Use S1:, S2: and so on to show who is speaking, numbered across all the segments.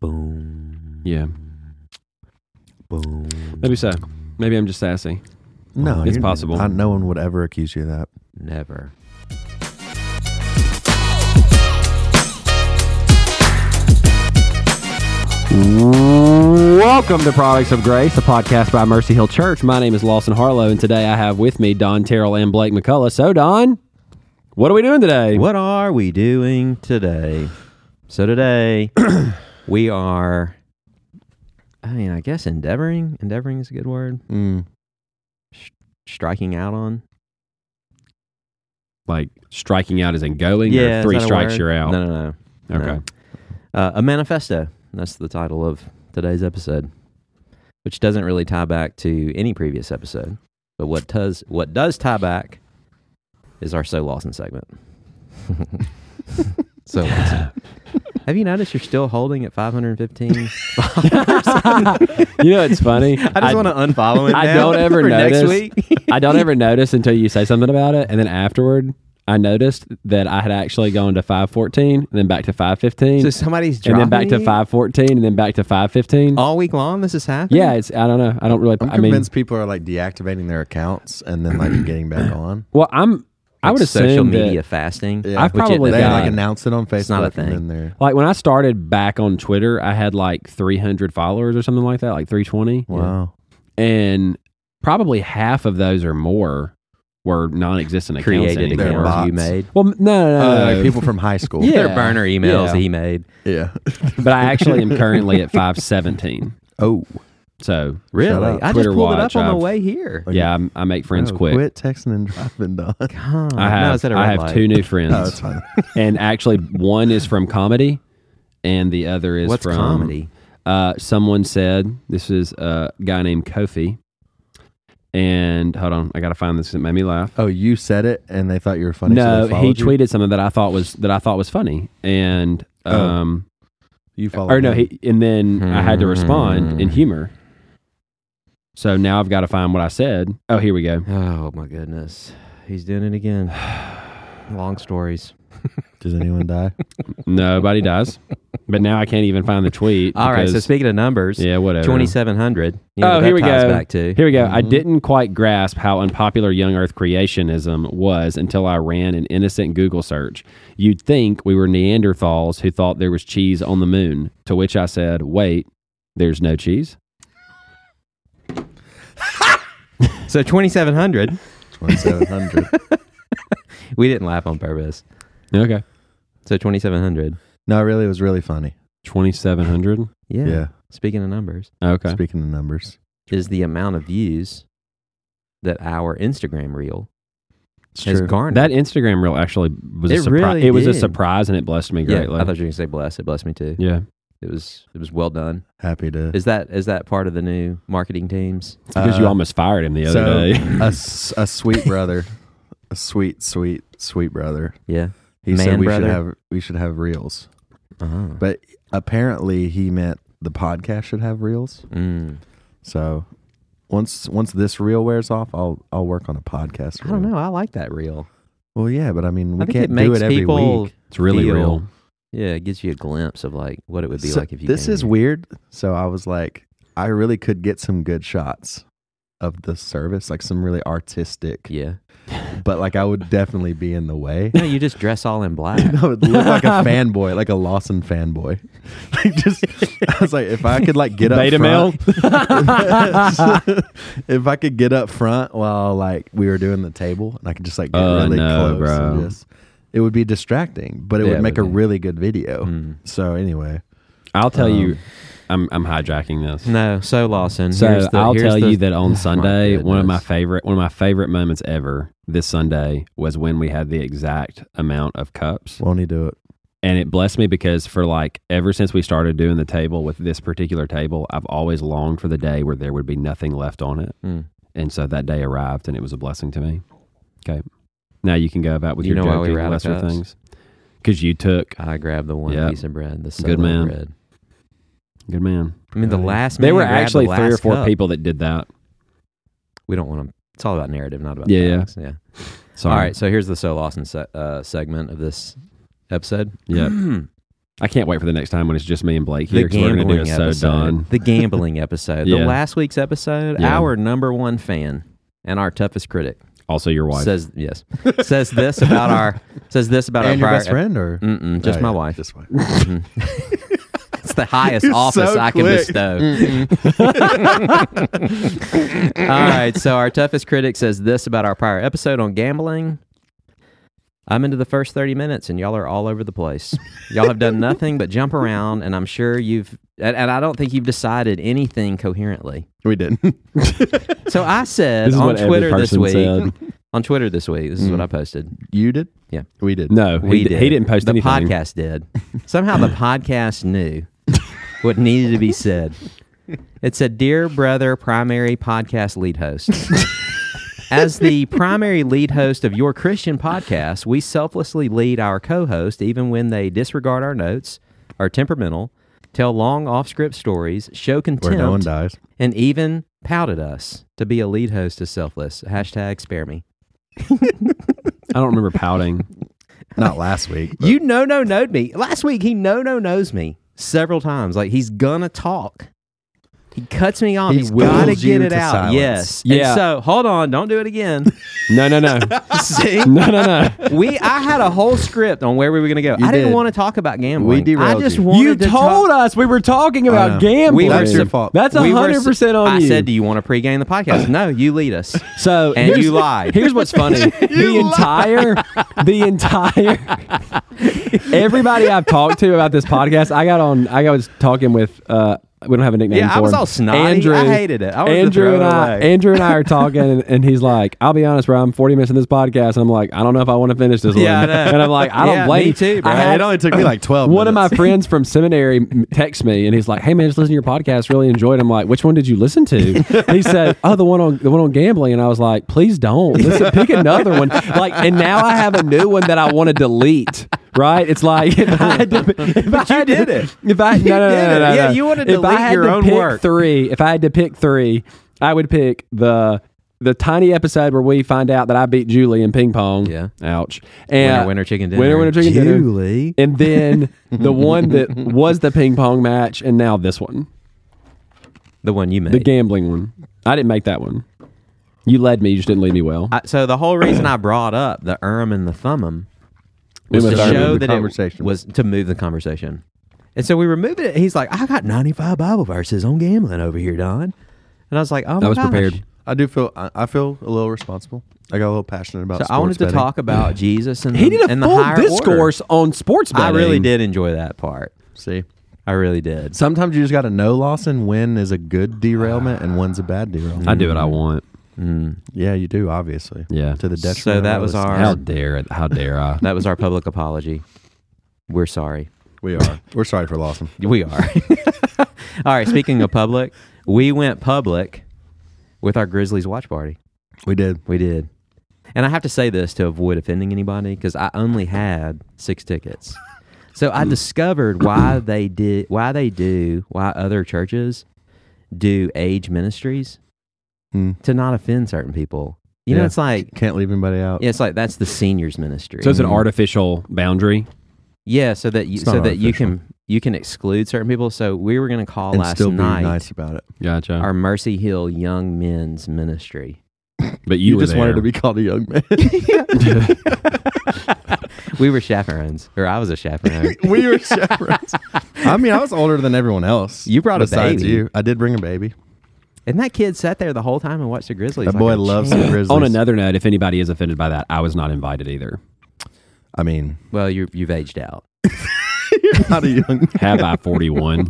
S1: Boom.
S2: Yeah.
S1: Boom.
S2: Maybe so. Maybe I'm just sassy.
S1: No,
S2: It's
S1: you're-
S2: possible.
S1: I, no one would ever accuse you of that.
S3: Never.
S2: Welcome to Products of Grace, a podcast by Mercy Hill Church. My name is Lawson Harlow, and today I have with me Don Terrell and Blake McCullough. So, Don, what are we doing today?
S3: What are we doing today? So today we are I mean, I guess endeavoring. Endeavoring is a good word.
S1: Mm.
S3: Striking out on.
S2: Like striking out as in going, or
S3: Yeah, is
S2: three
S3: that a
S2: strikes
S3: word?
S2: you're out.
S3: No, no, no.
S2: okay.
S3: no. Uh, a manifesto. That's the title of today's episode, which doesn't really tie back to any previous episode. But what does what does tie back is our So Lawson segment. so Lawson. Have you noticed you're still holding at 515?
S2: you know, it's funny.
S3: I just want to unfollow it.
S2: I
S3: now
S2: don't ever
S3: for
S2: notice.
S3: Next week.
S2: I don't ever notice until you say something about it, and then afterward, I noticed that I had actually gone to 514, and then back to 515,
S3: so somebody's
S2: and
S3: dropping
S2: then back to
S3: you
S2: 514, and then back to 515.
S3: all week long. This is happening.
S2: Yeah, it's I don't know. I don't really.
S1: I'm
S2: I mean,
S1: convinced people are like deactivating their accounts and then like getting back on.
S2: well, I'm. I
S3: Like
S2: would assume
S3: social
S2: that-
S3: media fasting.
S1: Yeah.
S2: I've
S1: Which
S3: it-
S2: probably
S1: They
S3: Like,
S2: got
S1: like announce it on Facebook.
S3: not a thing.
S1: And then they're,
S2: like when I started back on Twitter, I had like 300 followers or something like that, like 320,
S1: wow.
S2: and probably half of those or more were non-existent accounts
S3: Created
S2: anymore.
S1: They're bots.
S3: accounts Oh, you made.
S2: Well, no, no,
S1: Uh,
S2: no,
S1: like people from high school.
S2: Yeah.
S3: They're burner emails
S2: Yeah.
S3: that he made.
S1: Yeah.
S2: but I actually am currently at 517.
S1: Oh.
S2: So
S1: Really?
S3: I just
S2: Twitter
S3: pulled it up Oh,
S2: watch,
S3: on the
S2: I've-
S3: way here.
S1: Like,
S2: yeah, I'm, I make friends
S1: no,
S2: quick.
S1: oh, Quit texting and driving, Don. Oh,
S3: God,
S2: I
S3: no,
S2: have
S3: is that a
S2: I
S3: red
S2: have
S3: light?
S2: two new
S1: that's
S2: friends,
S1: fine.
S2: and actually one is from comedy, and the other is
S3: What's
S2: from
S3: comedy?
S2: uh, someone said this is a guy named Kofi, and hold on, I gotta find this. It made me laugh.
S1: Oh, you said it and they thought you were funny. so they
S2: no, he
S1: followed you?
S2: tweeted something that I thought was that I thought was funny, and
S1: Oh.
S2: um,
S1: You followed
S2: or no,
S1: him.
S2: he, and then I had to respond in
S3: Hmm.
S2: humor. So now I've got to find what I said. Oh, here we go.
S3: Oh my goodness, he's doing it again. Long stories.
S1: Does anyone die?
S2: Nobody does, but now I can't even find the tweet.
S3: All right. So
S2: because-
S3: speaking of numbers,
S2: yeah, whatever.
S3: twenty-seven hundred. You know
S2: Oh,
S3: what
S2: here
S3: that
S2: we
S3: ties
S2: go.
S3: Back to
S2: Here we go. I
S1: Mhm.
S2: didn't quite grasp how unpopular young earth creationism was until I ran an innocent Google search. You'd think we were Neanderthals who thought there was cheese on the moon, to which I said, wait, there's no cheese?
S3: So twenty-seven hundred.
S1: 2700.
S3: We didn't laugh on purpose.
S2: Okay.
S3: So twenty-seven hundred.
S1: no, really, it was really funny.
S2: 2,700?
S3: Yeah.
S1: yeah.
S3: Speaking of numbers,
S2: Okay.
S1: Speaking of numbers.
S3: is the amount of views that our Instagram reel
S1: It's
S3: has garnered.
S2: That Instagram reel actually was a
S3: It
S2: surprise.
S3: really
S2: it was a
S3: did.
S2: surprise and it blessed me
S3: yeah,
S2: greatly.
S3: I thought you were gonna say bless. It blessed me too.
S2: Yeah.
S3: It was it was well done.
S1: Happy to.
S3: Is that is that part of the new marketing teams?
S2: It's because you
S1: Uh,
S2: almost fired him the other
S1: so,
S2: day.
S1: a, s- a sweet brother, a sweet, sweet, sweet brother.
S3: Yeah.
S1: He
S3: Man
S1: said we
S3: brother?
S1: should have we should have reels.
S3: Uh-huh.
S1: But apparently, he meant the podcast should have reels.
S3: Mm.
S1: So once once this reel wears off, I'll I'll work on a podcast.
S3: I don't
S1: reel.
S3: know. I like that reel.
S1: Well, yeah, but I mean, we
S3: I think
S1: can't
S3: it makes
S1: do it every
S3: people.
S1: week.
S2: It's really
S3: Deal.
S2: real.
S3: Yeah, it gives you a glimpse of like what it would be
S1: So
S3: like if you.
S1: this
S3: came
S1: is
S3: here.
S1: weird. So I was like, I really could get some good shots of the service, like some really artistic.
S3: Yeah.
S1: But like, I would definitely be in the way.
S3: No, you just dress all in black.
S1: I would look like a fanboy, like a Lawson fanboy. Like just, I was like, if I could like get up
S2: Beta
S1: front,
S2: male?
S1: if I could get up front while like we were doing the table, and I could just like get
S2: Oh,
S1: really
S2: no,
S1: close, and
S2: bro.
S1: just, it would be distracting, but it
S3: Yeah,
S1: would
S3: it
S1: make
S3: would
S1: a
S3: be.
S1: really good video.
S2: Hmm.
S3: Mm.
S1: So anyway,
S2: I'll tell you,
S1: Um,
S2: I'm, I'm hijacking this.
S3: No, so Lawson.
S2: So
S3: here's the-
S2: I'll
S3: here's
S2: tell
S3: the-
S2: you that on
S3: my
S2: Sunday, one of my
S3: goodness.
S2: favorite one of my favorite moments ever this Sunday was when we had the exact amount of cups.
S1: won't he do it?
S2: And it blessed me because for like ever since we started doing the table with this particular table, I've always longed for the day where there would be nothing left on it.
S3: Mm.
S2: And so that day arrived and it was a blessing to me. Okay. Now you can go about with
S3: You
S2: your
S3: know why we
S2: joking
S3: were out of
S2: lesser
S3: cups?
S2: things. Cuz you took
S3: I grabbed the one
S2: Yep.
S3: piece of bread, the
S2: Good
S3: good
S2: man.
S3: man. bread.
S2: good man.
S3: I mean, the
S1: Right.
S3: last
S2: There
S3: man
S2: were
S3: grabbed the
S2: actually 3 or
S3: last
S2: 4
S3: cup.
S2: people that did that.
S3: We don't want to. It's all about narrative, not about
S2: Yeah, yeah.
S3: facts. yeah.
S2: Sorry.
S3: All right, so here's the So Lawson se- uh, segment of this episode.
S2: Yep. I can't wait for the next time when it's just me and Blake
S3: The
S2: here. 'cause we're gonna do
S3: gambling
S2: it so
S3: episode.
S2: done.
S3: The gambling episode.
S2: Yeah.
S3: The last week's episode,
S2: Yeah.
S3: our number one fan and our toughest critic
S2: Also, your wife.
S3: says yes. says this about our says this about
S1: and
S3: our
S1: your
S3: prior
S1: best friend, or
S3: Mm-mm, just
S1: Oh,
S3: my
S1: yeah,
S3: wife.
S1: Just wife.
S3: Mhm. it's the highest
S1: You're
S3: office
S1: so
S3: I can
S1: quick.
S3: bestow. All right. So our toughest critic says this about our prior episode on gambling. I'm into the first 30 minutes and y'all are all over the place. Y'all have done nothing but jump around and I'm sure you've and, and I don't think you've decided anything coherently.
S1: we didn't.
S3: So I said
S2: this is
S3: on
S2: what
S3: Twitter
S2: every
S3: this
S2: person
S3: week.
S2: said.
S3: On Twitter this week. This is what
S1: Mm.
S3: I posted.
S1: You did.
S3: Yeah.
S1: we did.
S2: No,
S3: We
S2: he,
S3: did.
S2: he didn't post
S3: the
S2: anything.
S3: podcast did. Somehow the podcast knew what needed to be said. It said, "Dear brother, primary podcast lead host." As the primary lead host of your Christian podcast, we selflessly lead our co-host even when they disregard our notes, are temperamental, tell long off-script stories, show
S1: where
S3: contempt,
S1: no one dies.
S3: and even pout at us. To be a lead host is selfless. Hashtag spare me.
S2: I don't remember pouting.
S1: Not last week. but
S3: You no no knowed me last week. He no no knows me several times. Like he's gonna talk. He cuts me off.
S1: He
S3: He has gotta
S1: wills you
S3: get it
S1: to
S3: out.
S1: silence.
S3: Yes.
S2: Yeah.
S3: And so hold on. Don't do it again.
S2: No, no, no, no,
S3: See.
S2: no, no.
S3: We I had a whole script on where we were gonna go.
S1: You
S3: I didn't
S1: did.
S3: want to talk about gambling.
S1: We derailed
S3: I just
S1: you.
S3: wanted
S2: you
S3: to
S2: told
S3: talk-
S2: us we were talking
S1: know.
S2: about
S1: We
S2: gambling.
S1: were- That's your fault.
S2: That's
S3: we were-
S2: hundred percent on
S3: I
S2: you.
S3: said, "Do you want to pregame the podcast?" no, you lead us,
S2: so
S3: and
S2: here's-
S3: you lied.
S2: Here's what's funny. the entire, the entire, everybody I've talked to about this podcast, I got on, I was talking with, uh, we don't have a nickname
S3: Yeah, I
S2: for
S3: was
S2: him.
S3: all snotty.
S2: Andrew,
S3: I hated it. I wanted to
S2: Andrew
S3: throw
S2: and
S3: it
S2: I,
S3: away.
S2: Andrew and I are talking and, and he's like, I'll be honest, bro, I'm 40 minutes in this podcast. And I'm like, I don't know if I want to finish this
S3: Yeah,
S2: one.
S3: I know.
S2: And I'm like, I don't
S3: Yeah,
S2: blame
S3: me too, bro.
S2: I
S1: it
S2: had-
S1: only took me like twelve.
S2: one of my
S1: minutes.
S2: friends from seminary m- texts me and he's like, "Hey man, just listen to your podcast. Really enjoyed." it." I'm like, "Which one did you listen to?" he said, "Oh, the one on the one on gambling." And I was like, "Please don't listen. Pick another one." Like, and now I have a new one that I want to delete. Right? It's like if I had to, if I had
S3: did
S2: to-
S3: it.
S2: If I no, no, no,
S3: did
S2: no,
S3: it.
S2: no,
S3: Yeah,
S2: no.
S3: you wanna
S2: If I
S3: delete
S2: had
S3: your
S2: to
S3: own
S2: pick
S3: work.
S2: Three. If I had to pick three, I would pick the. The tiny episode where we find out that I beat Julie in ping pong.
S3: Yeah.
S2: Ouch. And
S3: Winner, winner, chicken dinner.
S2: Winner, winner, chicken dinner.
S1: Julie.
S2: And then the one that was the ping pong match, and now this one,
S3: the one you made.
S2: the gambling one. I didn't make that one. You led me. You just didn't lead me well.
S3: I, so the whole reason I brought up the Urim and the Thummim was
S2: Uma
S3: to
S2: Thurman.
S3: show
S1: The
S3: that it
S1: conversation.
S3: was to move the conversation. And so we were moving it. He's like, I got 95 Bible verses on gambling over here, Don. And I was like, oh, my
S2: was
S3: gosh.
S2: prepared.
S1: I do feel. I, I feel a little responsible. I got a little passionate about.
S3: So I wanted
S1: sports
S3: to
S1: betting.
S3: talk about Jesus and the,
S2: he did a
S3: and the
S2: full
S3: higher order.
S2: discourse on sports
S3: I
S2: betting.
S3: really did enjoy that part.
S1: See,
S3: I really did.
S1: sometimes you just got to know Lawson. When is a good derailment and when's a bad derailment?
S2: I do what I want.
S1: Yeah, you do. Obviously.
S2: Yeah.
S1: To the detriment.
S3: So
S1: of
S3: that
S1: our
S3: was
S1: listeners.
S3: our-
S2: How dare it? How dare I?
S3: That was our public apology. We're sorry.
S1: We are. We're sorry for Lawson.
S3: We are. All right. Speaking of public, we went public with our Grizzlies watch party.
S1: We did.
S3: We did. And I have to say this to avoid offending anybody because I only had six tickets. So
S1: Hmm.
S3: I discovered why they did, why they do, why other churches do age ministries
S1: Mm.
S3: to not offend certain people. You know,
S1: Yeah. Oh.
S3: it's like,
S1: Can't leave anybody out.
S3: yeah, it's like that's the seniors ministry.
S2: So it's an artificial boundary.
S3: yeah, so that you,
S1: It's not
S3: so that you
S1: artificial.
S3: can you can exclude certain people. So we were going to call
S1: And
S3: last
S1: still be
S3: night
S1: nice about it.
S2: Gotcha.
S3: our Mercy Hill Young Men's Ministry.
S2: but you,
S1: You,
S2: were
S1: just
S2: there.
S1: wanted to be called a young man.
S3: We were chaperones, or I was a chaperone.
S1: we were shepherds. I mean, I was older than everyone else.
S3: You brought a
S1: besides
S3: baby.
S1: you. I did bring a baby.
S3: And that kid sat there the whole time and watched the Grizzlies.
S1: That
S3: like
S1: boy
S3: a
S1: loves
S3: champ.
S1: the Grizzlies.
S2: On another note, if anybody is offended by that, I was not invited either.
S1: I mean,
S3: Well, you you've aged out.
S1: not a young.
S2: Have I 41?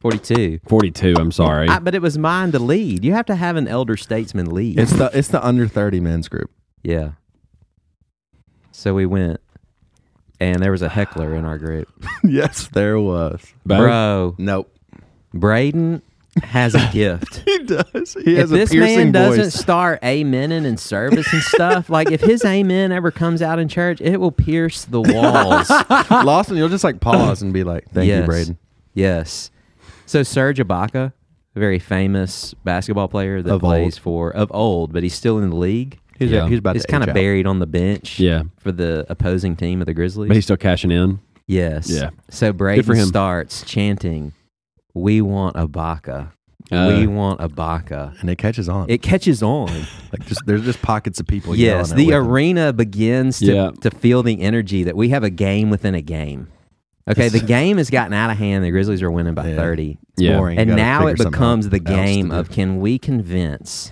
S3: Forty-two.
S2: 42, I'm sorry.
S3: I, but it was mine to lead. You have to have an elder statesman lead.
S1: It's the it's the under thirty men's group.
S3: yeah. So we went, and there was a heckler in our group.
S1: yes, there was.
S2: Bo?
S3: Bro,
S1: Nope.
S3: Braden has a gift.
S1: He does. He
S3: if
S1: has a
S3: this
S1: piercing
S3: man doesn't
S1: voice.
S3: start amening in service and stuff, like if his amen ever comes out in church, it will pierce the walls.
S1: Lawson, you'll just like pause and be like, "Thank you,
S3: Yes.
S1: Braden."
S3: Yes. So Serge Ibaka, a very famous basketball player that
S1: Of
S3: plays
S1: old.
S3: for of old, but he's still in the league.
S1: He's,
S2: Yeah.
S1: he's about
S3: He's
S1: to
S3: kind
S1: age
S3: of
S1: out.
S3: buried on the bench
S2: yeah.
S3: for the opposing team of the Grizzlies.
S2: But he's still cashing in.
S3: Yes.
S2: Yeah.
S3: So
S2: Good for
S3: Braden
S2: him.
S3: starts chanting, "We want a baka. we
S2: Uh,
S3: want a baka."
S1: and it catches on.
S3: It catches on.
S1: like just there's just pockets of people.
S3: yes,
S1: yelling
S3: the
S1: at with him.
S3: arena begins to,
S2: Yeah.
S3: to feel the energy that we have a game within a game. Okay, the game has gotten out of hand. The Grizzlies are winning by
S1: Yeah.
S3: 30.
S1: It's
S2: Yeah.
S1: boring. You
S3: And
S1: gotta
S3: now it
S1: figure something
S3: becomes the
S1: else to
S3: game
S1: do.
S3: of can we convince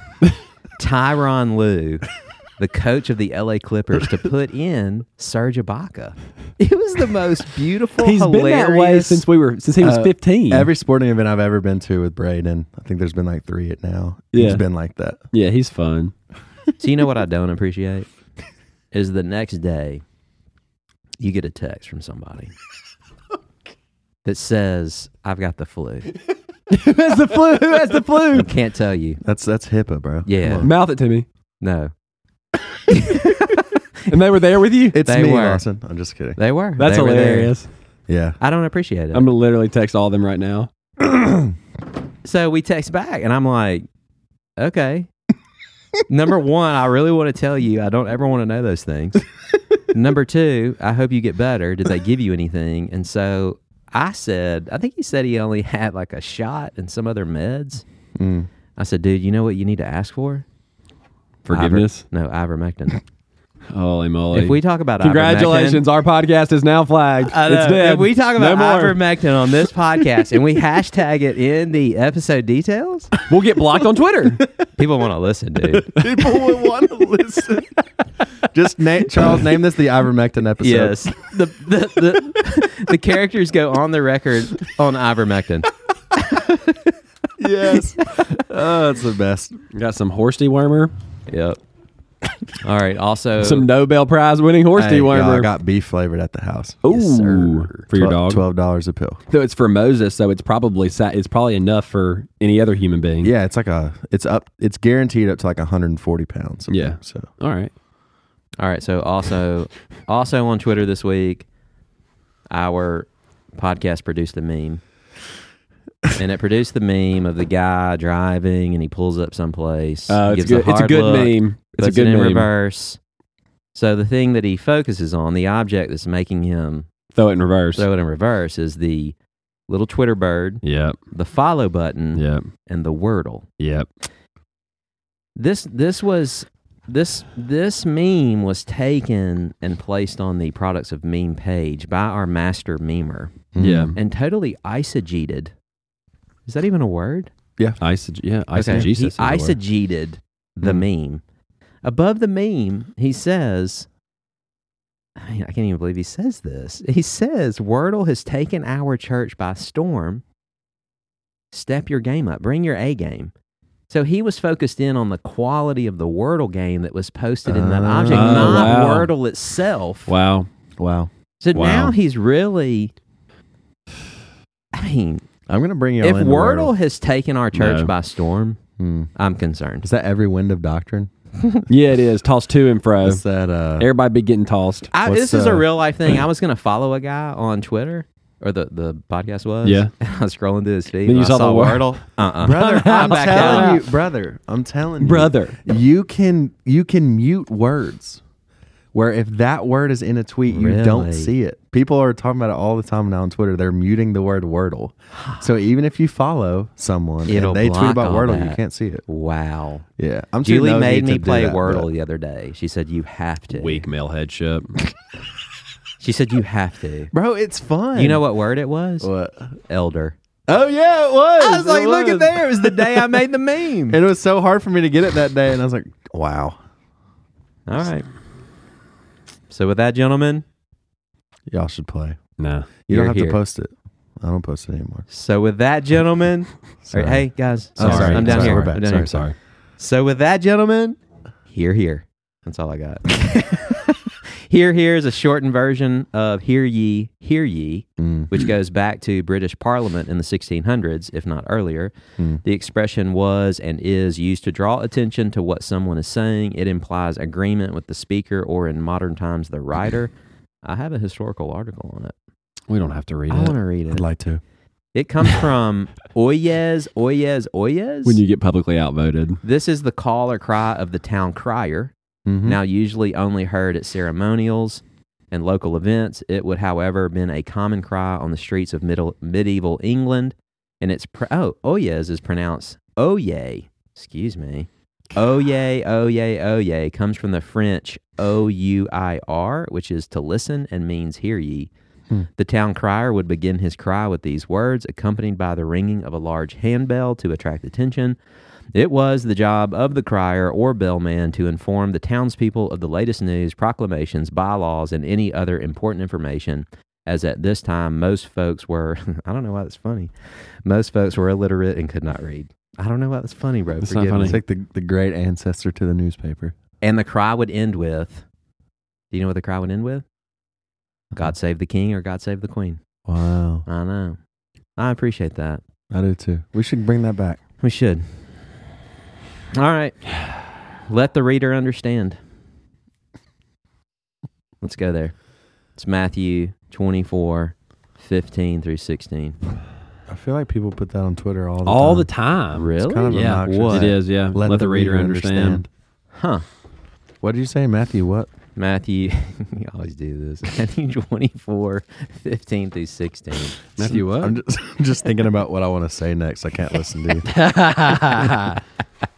S3: Tyron Lue, the coach of the LA Clippers, to put in Serge Ibaka? It was the most beautiful,
S2: he's been
S3: hilarious.
S2: that way since we were since he was
S1: Uh,
S2: fifteen.
S1: Every sporting event I've ever been to with Braden, I think there's been like three at now.
S2: Yeah.
S1: It's been like that.
S2: yeah, he's fun.
S3: So you know what I don't appreciate is the next day you get a text from somebody that says, "I've got the flu.
S2: Who has the flu? Who has the flu?
S3: I can't tell you."
S1: That's that's HIPAA, bro.
S3: Yeah.
S1: Come on.
S2: Mouth it to me.
S3: No,
S2: And they were there with you.
S1: It's
S3: They
S1: me,
S3: were.
S1: Lawson. I'm just kidding.
S3: they were.
S2: That's
S3: They were there.
S2: hilarious.
S1: Yeah.
S3: I don't appreciate it.
S2: I'm gonna literally text all of them right now.
S3: so we text back, and I'm like, "Okay." Number one, I really want to tell you I don't ever want to know those things. Number two, I hope you get better. Did they give you anything? And so I said, I think he said he only had like a shot and some other meds.
S1: Mm.
S3: I said, dude, you know what you need to ask for?
S2: Forgiveness.
S3: Iver- no, ivermectin.
S2: Holy moly!
S3: if we talk about
S2: Congratulations, our podcast is now flagged.
S3: ivermectin, I know.
S2: It's dead.
S3: If we talk
S2: No
S3: about
S2: more.
S3: ivermectin on this podcast and we hashtag it in the episode details,
S2: we'll get blocked on Twitter.
S3: people want to listen, dude.
S1: People will want to listen. just name Charles, name this the ivermectin episode.
S3: yes. The, the, the, the characters go on the record on ivermectin.
S1: Yes. oh, it's the best.
S2: Got some horse dewormer,
S3: Yep. All right. Also,
S2: some Nobel Prize winning horse
S1: Hey, y'all, I
S2: dewormer.
S1: got beef flavored at the house.
S2: Ooh,
S1: sir.
S2: for your
S1: Twelve-
S2: dog.
S1: Twelve dollars a pill.
S2: Though it's for Moses, so it's probably sa- it's probably enough for any other human being.
S1: Yeah, it's like a it's up it's guaranteed up to like 140 pounds. I
S2: Yeah.
S1: think, So
S2: All right.
S3: All right. So also, also on Twitter this week, our podcast produced a meme, and it produced the meme of the guy driving and he pulls up someplace.
S2: Uh, it's,
S3: gives a
S2: good, it's a
S3: hard
S2: good
S3: look,
S2: meme. It's a
S3: puts it
S2: good
S3: in
S2: meme.
S3: reverse. So the thing that he focuses on, the object that's making him
S2: Throw it in reverse.
S3: throw it in reverse, is the little Twitter bird,
S2: Yep.
S3: the follow button,
S2: Yep.
S3: and the Wordle.
S2: Yep.
S3: This this was this this meme was taken and placed on the products of meme page by our master memer
S2: Yeah.
S1: mm,
S3: and totally eisegeted. Is that even a word?
S2: Isog- yeah.
S3: He
S2: Isogesis. is the Hmm. word.
S3: eisegeted the meme. Above the meme, he says I mean, I can't even believe he says this. He says Wordle has taken our church by storm. Step your game up. Bring your A game. So he was focused in on the quality of the Wordle game that was posted in that
S1: Oh,
S3: object,
S2: Oh,
S3: not
S2: wow.
S3: Wordle itself.
S2: Wow.
S1: wow.
S3: So
S2: Wow.
S3: now he's really. I mean,
S1: I'm gonna bring you
S3: if
S1: in
S3: Wordle, has taken our church
S2: No.
S3: by storm,
S1: Hmm.
S3: I'm concerned.
S1: Is that every wind of doctrine?
S2: Yeah, it is. Tossed to and fro.
S1: Is that uh?
S2: Everybody be getting tossed.
S3: I,
S1: What's,
S3: this is a
S1: uh,
S3: real life thing. I was going to follow a guy on Twitter, or the, the podcast was.
S2: Yeah.
S3: And I was scrolling through his feed.
S2: Then you
S3: and
S2: saw
S3: I
S2: the
S3: saw
S2: word.
S3: Wordle. Uh uh
S1: brother, I'm
S3: back
S1: telling
S3: out.
S1: you, brother, I'm telling you,
S2: Brother.
S1: you can you can mute words. Where if that word is in a tweet, you
S3: Really?
S1: don't see it. People are talking about it all the time now on Twitter. They're muting the word Wordle. So even if you follow someone and
S3: It'll
S1: they tweet
S3: block
S1: about
S3: all
S1: Wordle, you
S3: that.
S1: can't see it.
S3: Wow.
S1: Yeah, I'm sure
S3: Julie
S1: those
S3: made
S1: need to
S3: me
S1: do
S3: play
S1: that, but-
S3: Wordle the other day. She said, You have to.
S2: Weak male headship.
S3: She said, You have to.
S1: bro. It's fun.
S3: You know what word it was?
S1: What?
S3: Elder.
S1: Oh yeah, it was.
S3: I was
S1: It
S3: like, Look at
S1: was.
S3: there. It was the day I made the
S1: And
S3: meme.
S1: it was so hard for me to get it that day, and I was like, wow.
S3: All right. So, with that, gentlemen,
S1: Y'all should play.
S2: nah.
S1: You
S3: You're
S1: don't have
S3: here.
S1: to post it. I don't post it anymore.
S3: so with that, gentlemen, all
S1: Sorry.
S3: right, hey guys,
S1: Oh,
S3: sorry,
S1: sorry.
S3: I'm down
S1: Sorry.
S3: here.
S1: We're back.
S3: I'm down
S1: Sorry,
S3: here.
S2: Sorry.
S3: So with that, gentlemen, here, here. That's all I got. here, here is a shortened version of "Hear Ye, Hear Ye,"
S2: Mm-hmm.
S1: Mm.
S3: which goes back to British Parliament in the 1600s, if not earlier.
S1: Mm.
S3: The expression was and is used to draw attention to what someone is saying. It implies agreement with the speaker, or in modern times, the writer. I have a historical article on it.
S2: We don't have to read
S3: I want
S2: it.
S3: to read it.
S1: I'd like to.
S3: It comes from Oyez, Oyez, Oyez.
S2: When you get publicly outvoted.
S3: this is the call or cry of the town crier.
S1: Mm-hmm.
S3: now usually only heard at ceremonials. and local events. It would, however, been a common cry on the streets of middle, medieval England, and it's pr- oh Oyez is pronounced Oye. Excuse me. Oye, oye, oye comes from the French O U I R, which is to listen and means hear ye.
S1: Hmm.
S3: The town crier would begin his cry with these words, accompanied by the ringing of a large handbell to attract attention. It was the job of the crier or bellman to inform the townspeople of the latest news, proclamations, bylaws, and any other important information, as at this time most folks were, I don't know why that's funny, most folks were illiterate and could not read. I don't know why that's funny, bro.
S2: That's not
S3: Forgive me.
S2: funny.
S1: Take the, the great ancestor to the newspaper.
S3: And the cry would end with Do you know what the cry would end with?
S2: Uh-huh.
S3: God save the king or God save the queen.
S1: Wow.
S3: I know. I appreciate that.
S1: I do too. We should bring that back.
S3: We should. All right. Let the reader understand. Let's go there. It's Matthew 24, 15 through 16.
S1: I feel like people put that on Twitter all the
S2: all the
S1: time.
S2: time.
S3: Really?
S1: It's kind of
S2: yeah,
S1: obnoxious.
S2: it is. Yeah, let, the reader understand.
S3: Huh.
S1: What did you say, Matthew? What?
S3: Matthew, you always do this. Matthew 24, 15 through 16.
S2: Matthew, what?
S1: I'm just, just thinking about what I want to say next. I can't listen to you.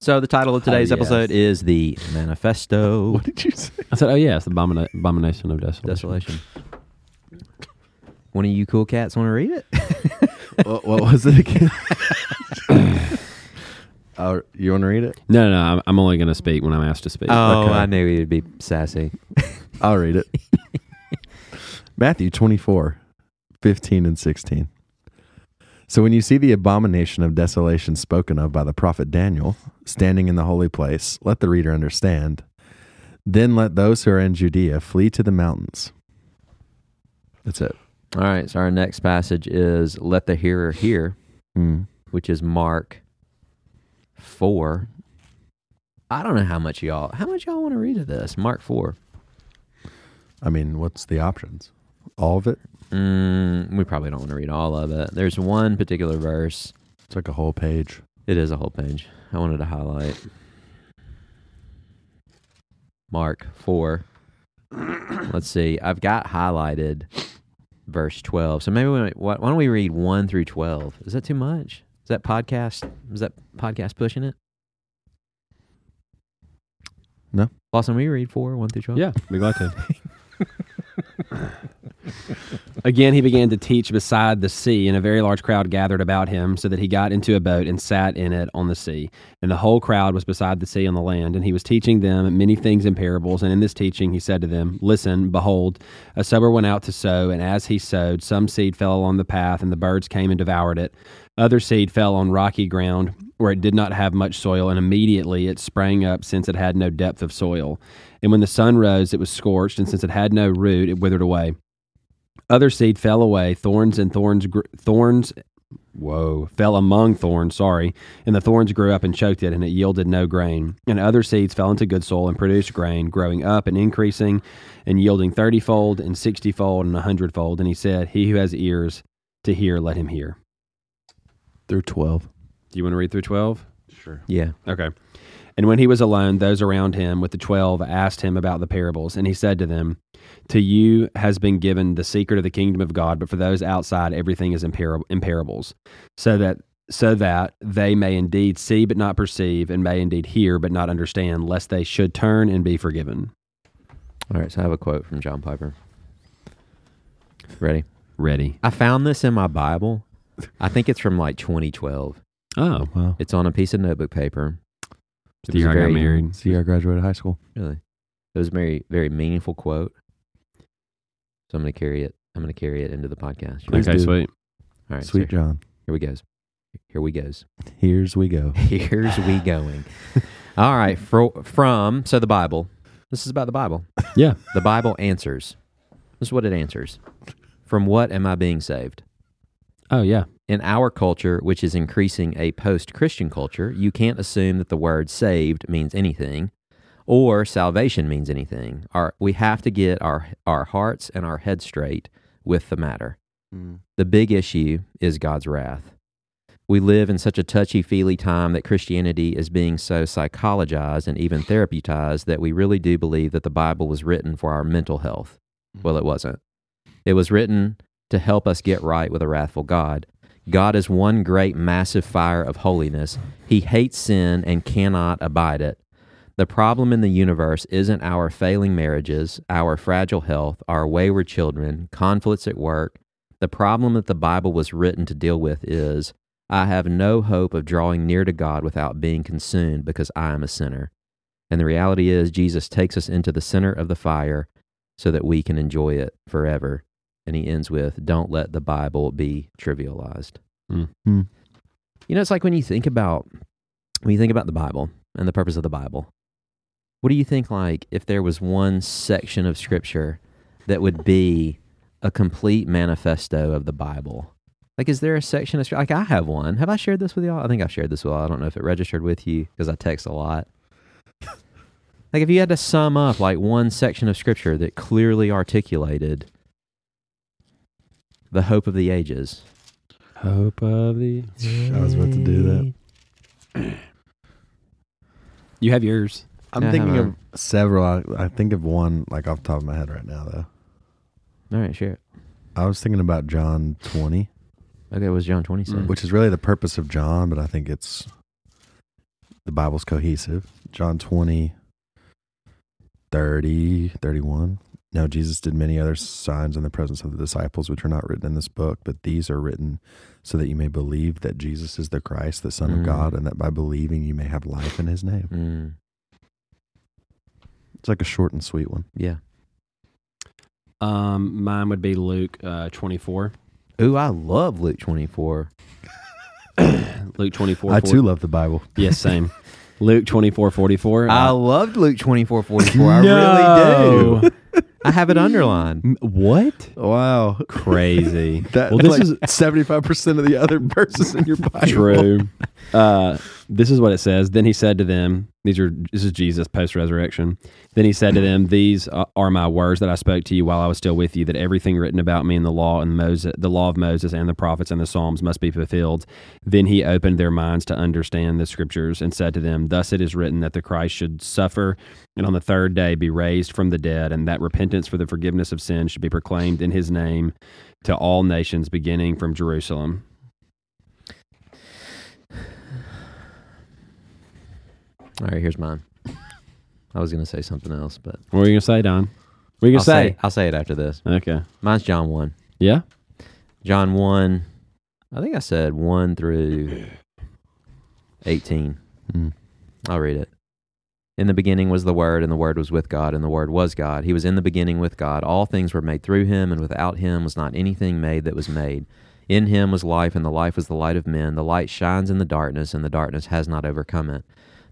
S3: So the title of today's
S2: yes.
S3: episode is The Manifesto.
S1: what did you say?
S2: I said, "Oh yeah, it's the abomina- abomination of desolation."
S3: Desolation. One of you cool cats want to read it?
S1: what, what was it again? uh, you want to read it?
S2: No, no, no I'm, I'm only going to speak when I'm asked to speak.
S3: Oh,
S1: Okay.
S3: I knew you'd be sassy.
S1: I'll read it. Matthew 24, 15 and 16. So when you see the abomination of desolation spoken of by the prophet Daniel standing in the holy place, let the reader understand. Then let those who are in Judea flee to the mountains. That's it.
S3: All right, so our next passage is Let the Hearer Hear,
S1: Mm.
S3: which is Mark 4. I don't know how much y'all, how much y'all want to read of this? Mark 4.
S1: I mean, what's the options? All of it?
S3: Mm, we probably don't want to read all of it. There's one particular verse.
S1: It's like a whole page.
S3: It is a whole page. I wanted to highlight Mark 4. Let's see. I've got highlighted verse 12. So maybe we, why why don't we read 1 through 12? Is that too much? Is that podcast? Is that podcast pushing it?
S1: No.
S3: Lawson, will you read 4, 1 through 12?
S2: Yeah, be glad to. Again, he began to teach beside the sea, and a very large crowd gathered about him, so that he got into a boat and sat in it on the sea. And the whole crowd was beside the sea on the land, and he was teaching them many things in parables. And in this teaching, he said to them, Listen, behold, a sower went out to sow, and as he sowed, some seed fell along the path, and the birds came and devoured it. Other seed fell on rocky ground, where it did not have much soil, and immediately it sprang up, since it had no depth of soil. And when the sun rose, it was scorched, and since it had no root, it withered away. Other seed fell away, thorns and thorns, gr- thorns, whoa, fell among thorns, sorry, and the thorns grew up and choked it, and it yielded no grain. And other seeds fell into good soil and produced grain, growing up and increasing, and yielding thirtyfold, and sixtyfold, and a hundredfold. And he said, He who has ears to hear, let him hear.
S1: Through 12.
S2: Do you want to read through 12?
S1: Sure.
S3: Yeah.
S2: Okay. And when he was alone, those around him with the twelve asked him about the parables. And he said to them, To you has been given the secret of the kingdom of God, but for those outside, everything is in, par- in parables, so that so that they may indeed see but not perceive, and may indeed hear but not understand, lest they should turn and be forgiven.
S3: All right, so I have a quote from John Piper. Ready?
S2: Ready.
S3: I found this in my Bible. I think it's from like 2012.
S2: Oh.
S1: Wow.
S3: It's on a piece of notebook paper. It
S2: The year
S3: was
S2: I got
S3: very-
S2: married.
S1: See, I graduated high school.
S3: Really, it was a very very meaningful quote. So I'm going to carry it. I'm going to carry it into the podcast.
S1: Please
S2: okay,
S1: do.
S2: sweet.
S3: All right,
S1: Sweet
S3: So
S1: John.
S3: here we goes. Here we goes.
S1: Here's we go.
S3: Here's we going. All right, fro- from so the Bible. This is about the Bible.
S2: Yeah.
S3: The Bible answers. This is what it answers. From what am I being saved?
S2: Oh yeah.
S3: In our culture, which is increasing a post Christian culture, you can't assume that the word saved means anything or salvation means anything. Our, we have to get our, our hearts and our
S1: Hmm.
S3: heads straight with the matter. The big issue is God's wrath. We live in such a touchy feely time that Christianity is being so psychologized and even therapeutized that we really do believe that the Bible was written for our mental health. Well, it wasn't. It was written to help us get right with a wrathful God. God is one great massive fire of holiness. He hates sin and cannot abide it. The problem in the universe isn't our failing marriages, our fragile health, our wayward children, conflicts at work. The problem that the Bible was written to deal with is I have no hope of drawing near to God without being consumed because I am a sinner. And the reality is, Jesus takes us into the center of the fire so that we can enjoy it forever. And he ends with, Don't let the Bible be trivialized.
S2: Mm.
S1: Hmm.
S3: You know, it's like when you think about when you think about the Bible and the purpose of the Bible. What do you think like if there was one section of scripture that would be a complete manifesto of the Bible? Like is there a section of scrip- like I have one. Have I shared this with y'all? I think I've shared this with y'all. I don't know if it registered with you because I text a lot. like if you had to sum up like one section of scripture that clearly articulated the hope of the ages.
S2: Hope of the.
S1: I was about to do that.
S2: You have yours.
S1: I'm
S3: Yeah, I
S1: thinking of
S3: know.
S1: several. I, I think of one like off the top of my head right now though.
S3: All right, share it.
S1: I was thinking about John 20,
S3: Okay, was John 20 say?
S2: Mm.
S1: which is really the purpose of John, but I think it's the Bible's cohesive. John 20, 30, 31. Now, Jesus did many other signs in the presence of the disciples, which are not written in this book, but these are written so that you may believe that Jesus is the Christ, the Son
S3: Mm.
S1: of God, and that by believing you may have life in his name.
S3: Mm,
S1: It's like a short and sweet one.
S3: yeah.
S2: Um, mine would be Luke uh, 24.
S3: Ooh, I love Luke 24.
S2: Luke 24.
S1: I too love the Bible.
S2: Yes, same. Luke 24, 44.
S3: I loved Luke 24 44. I really do. I have it underlined.
S2: What?
S1: Wow.
S2: Crazy.
S1: That,
S2: well, this
S1: like
S2: is
S1: 75% of the other verses in your Bible.
S2: True. Uh, this is what it says. Then he said to them, "These are this is Jesus post resurrection." Then he said to them, "These a- are my words that I spoke to you while I was still with you. That everything written about me in the law and Moses, the law of Moses, and the prophets and the Psalms must be fulfilled." Then he opened their minds to understand the scriptures and said to them, "Thus it is written that the Christ should suffer and on the third day be raised from the dead, and that repentance for the forgiveness of sins should be proclaimed in His name to all nations, beginning from Jerusalem."
S3: All right, here's mine. I was going to say something else, but
S2: What were you gonna say, Don? What are you
S3: I'll
S2: gonna say?
S3: I'll say it after this.
S2: Okay.
S3: Mine's John 1.
S2: Yeah.
S3: John 1, I think I said 1 through 18. Hmm.
S1: Mm.
S3: I'll read it. In the beginning was the Word, and the Word was with God, and the Word was God. He was in the beginning with God. All things were made through him, and without him was not anything made that was made. In him was life, and the life was the light of men. The light shines in the darkness, and the darkness has not overcome it.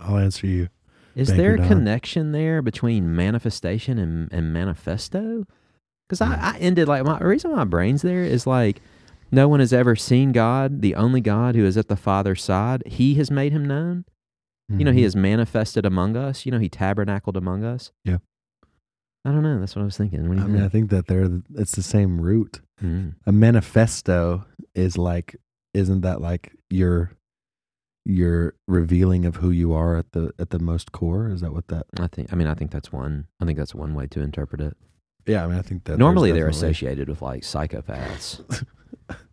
S1: I'll answer you.
S3: is
S1: Baker
S3: there a
S1: Don.
S3: connection there between manifestation and, and manifesto? Because I, I ended like my the reason my brain's there is like no one has ever seen God, the only God who is at the Father's side. He has made him known. You know,
S1: Mm-hmm.
S3: he has manifested among us. You know, he tabernacled among us.
S1: Yeah.
S3: I don't know. That's what I was thinking. What do you
S1: I mean, I
S3: think?
S1: think that they're th- it's the same root.
S3: Mm.
S1: A manifesto is like, isn't that like your your revealing of who you are at the at the most core? Is that what that?
S3: I think. I mean, I think that's one. I think that's one way to interpret it.
S1: Yeah, I mean, I think that there's
S3: Normally, they're
S1: definitely,
S3: associated with like psychopaths.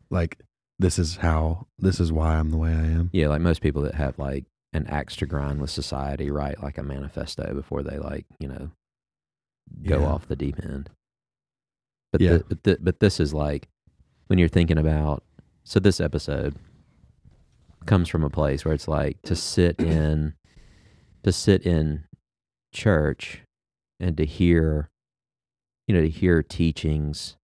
S1: Like this is how this is why I'm the way I am.
S3: yeah, like most people that have like an axe to grind with society, write like a manifesto before they like you know go
S1: Yeah.
S3: off the deep end. But
S1: Yeah.
S3: the, but the, but this is like when you're thinking about so this episode comes from a place where it's like to sit in to sit in church and to hear you know to hear teachings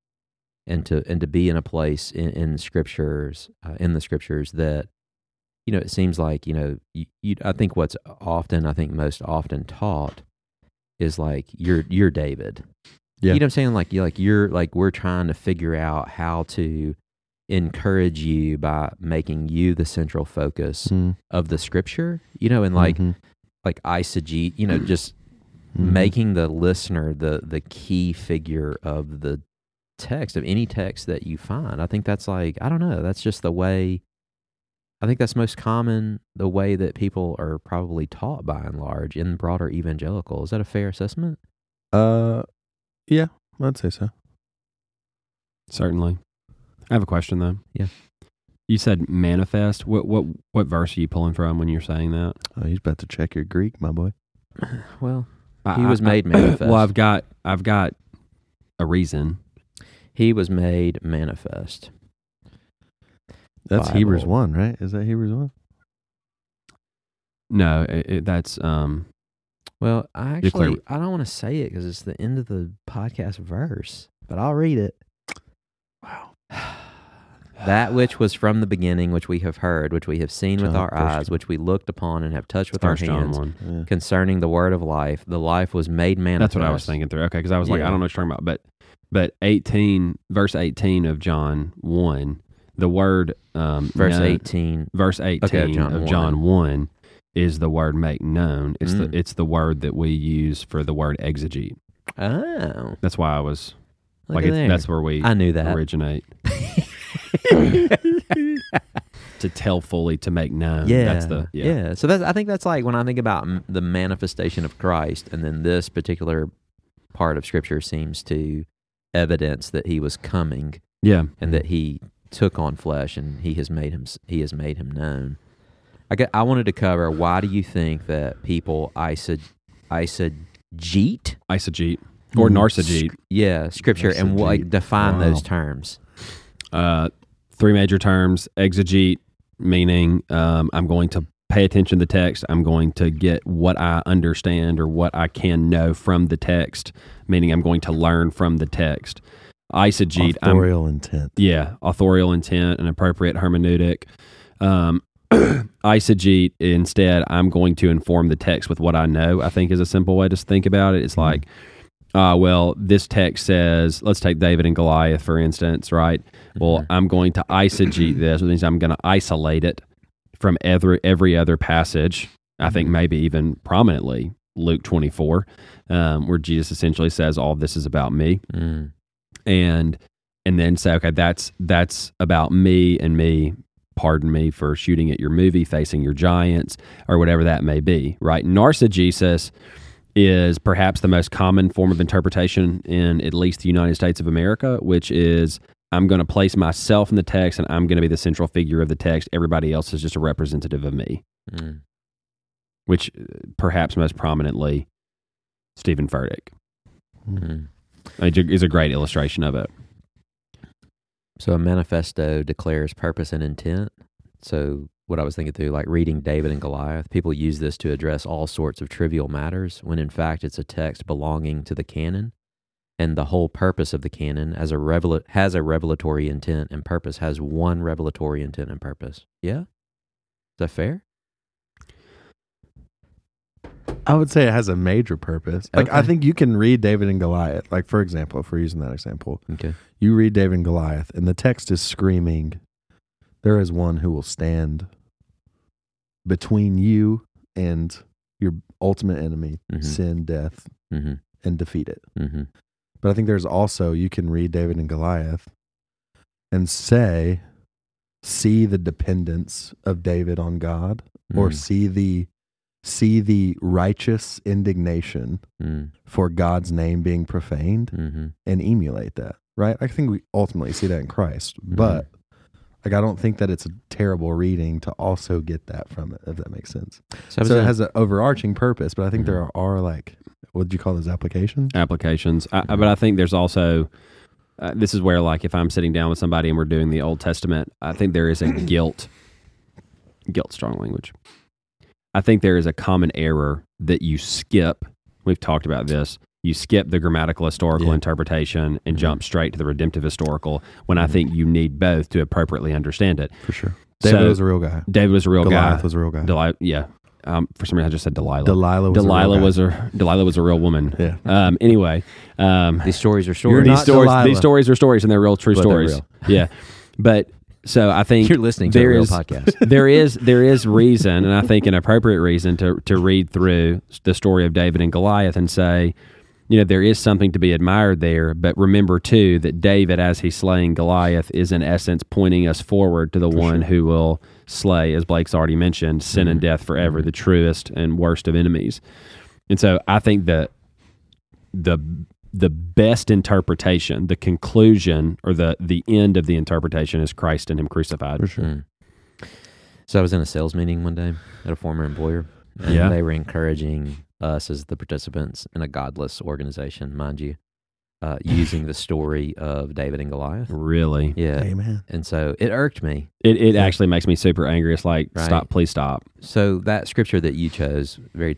S3: and to and to be in a place in, in scriptures uh, in the scriptures that you know it seems like you know you, you I think what's often I think most often taught is like you're you're David
S1: Yeah.
S3: you know what I'm saying like you like you're like we're trying to figure out how to encourage you by making you the central
S1: Hmm.
S3: focus
S1: Mm-hmm.
S3: of the scripture you know and Hmm. like like eisegete you know just
S1: Mm-hmm.
S3: making the listener the the key figure of the text of any text that you find. I think that's like I don't know. That's just the way. I think that's most common the way that people are probably taught by and large in broader evangelical. Is that a fair assessment?
S1: Uh, yeah, I'd say so.
S2: Certainly. I have a question though.
S3: Yeah.
S2: You said manifest. What what what verse are you pulling from when you're saying that?
S1: Oh, he's about to check your Greek, my boy.
S3: Well,
S2: I-
S3: He
S2: I-
S3: was
S2: I-
S3: made manifest.
S2: well, I've got I've got a reason.
S3: he was made manifest.
S1: That's Hebrews
S3: Bible.
S1: one, right? Is that Hebrews one?
S2: No, it, it, that's um
S3: Well, I
S2: You're clear.
S3: actually I don't want to say it because it's the end of the podcast verse, but I'll read it.
S1: Wow.
S3: That which was from the beginning, which we have heard, which we have seen with
S1: John,
S3: our
S1: first
S3: eyes,
S1: John.
S3: which we looked upon and have touched with our
S2: First John
S3: hands,
S2: one.
S1: Yeah.
S3: concerning the word of life, the life was made manifest.
S2: That's what I was thinking through. Okay, because I was like,
S3: Yeah.
S2: I don't know what you're talking about, but but eighteen, verse eighteen of John one, the word um,
S3: Verse
S2: known-
S3: eighteen.
S2: verse eighteen
S3: John
S2: of
S3: 1.
S2: John one is the word make known. It's
S3: Mm.
S2: the it's the word that we use for the word exegete.
S3: Oh, look
S2: That's why I was like,
S3: at
S2: it's,
S3: there.
S2: that's where we
S3: I knew that.
S2: originate to tell fully to make known.
S3: yeah,
S2: that's the yeah.
S3: So that's I think that's like when I think about m- the manifestation of Christ, and then this particular part of Scripture seems to evidence that He was coming
S2: yeah.
S3: and that he took on flesh and he has made him he has made him known. I got, I wanted to cover why do you think that people isog, isogete
S2: Isogete or
S1: Mhm.
S3: Mm-hmm.
S2: narcigete.
S3: yeah scripture and what
S1: Isogete.
S3: like, define
S1: Wow.
S3: those terms.
S2: uh, three major terms exegete, meaning um, I'm going to pay attention to the text. I'm going to get what I understand or what I can know from the text, meaning I'm going to learn from the text. Eisegete, I'm
S1: Authorial intent.
S2: yeah, authorial intent and appropriate hermeneutic. Um, eisegete, instead, I'm going to inform the text with what I know, I think is a simple way to think about it. It's like, uh, well, this text says, let's take David and Goliath, for instance, right? Well, I'm going to eisegete this, which means I'm going to isolate it from every, every other passage. I think maybe even prominently Luke 24, um, where Jesus essentially says, all this is about me
S3: Mm.
S2: and and then say okay that's that's about me and me pardon me for shooting at your movie facing your giants or whatever that may be right narcissus is perhaps the most common form of interpretation in at least the united states of america which is i'm going to place myself in the text and i'm going to be the central figure of the text everybody else is just a representative of me
S3: Mm.
S2: which uh, perhaps most prominently stephen furtick
S3: Mm.
S2: I think is a great illustration of it
S3: So a manifesto declares purpose and intent. So what I was thinking through, like reading David and Goliath, people use this to address all sorts of trivial matters when in fact it's a text belonging to the canon. And the whole purpose of the canon as a revel- has a revelatory intent and purpose has one revelatory intent and purpose. Yeah? Is that fair?
S1: I would say it has a major purpose. Like I
S3: Okay.
S1: think you can read David and Goliath. Like for example, if we're using that example,
S3: Okay.
S1: you read David and Goliath, and the text is screaming, "There is one who will stand between you and your ultimate enemy,
S3: Mhm.
S1: sin, death,
S3: Mm-hmm.
S1: and defeat it."
S3: Mm-hmm.
S1: But I think there's also you can read David and Goliath and say, see the dependence of David on God,
S3: Hmm.
S1: or see the see the righteous indignation
S3: mm-hmm.
S1: for God's name being profaned, and emulate that. Right? I think we ultimately see that in Christ, but Like I don't think that it's a terrible reading to also get that from it, if that makes sense.
S3: So,
S1: so it
S3: has
S1: has an overarching purpose, but I think there are, like what do you call those applications?
S2: applications. I, I- but I think there's also uh, this is where like if I'm sitting down with somebody and we're doing the Old Testament, I think there is a guilt, guilt strong language. I think there is a common error that you skip. We've talked about this. You skip the grammatical historical
S1: Yeah. Mm-hmm.
S2: interpretation and jump straight to the redemptive historical when I think you need both to appropriately understand it.
S1: For sure. David
S2: So-
S1: was a real guy.
S2: David was a real
S1: Goliath
S2: guy.
S1: was a real guy.
S2: Deli- yeah. Um, for some reason, I just said Delilah.
S1: Delilah was a real
S2: Delilah
S1: guy.
S2: was a Delilah was a real woman.
S1: Yeah.
S2: Um, anyway, um,
S3: these stories are
S1: You're
S3: stories.
S1: not
S2: these stories
S1: Delilah.
S2: these stories are stories and they're real true
S3: But they're
S2: stories
S3: real.
S2: yeah but so i think
S3: You're listening to a
S2: there
S3: real
S2: is-
S3: podcast.
S2: there is there is reason and i think an appropriate reason to to read through the story of david and goliath and say you know there is something to be admired there but remember too that david as he's slaying goliath is in essence pointing us forward to the one who will slay as blake's already mentioned sin and
S3: Mm-hmm.
S2: death forever the truest and worst of enemies and so i think that the the best interpretation, the conclusion or the the end of the interpretation is Christ and Him crucified.
S3: Mm. So I was in a sales meeting one day at a former employer, and
S2: Yeah.
S3: they were encouraging us as the participants in a godless organization, mind you, uh, using the story of David and Goliath.
S2: Really,
S3: Yeah,
S1: Amen.
S3: and so it irked me.
S2: it it actually makes me super angry. It's like
S3: Right.
S2: stop, please stop.
S3: So that scripture that you chose, very,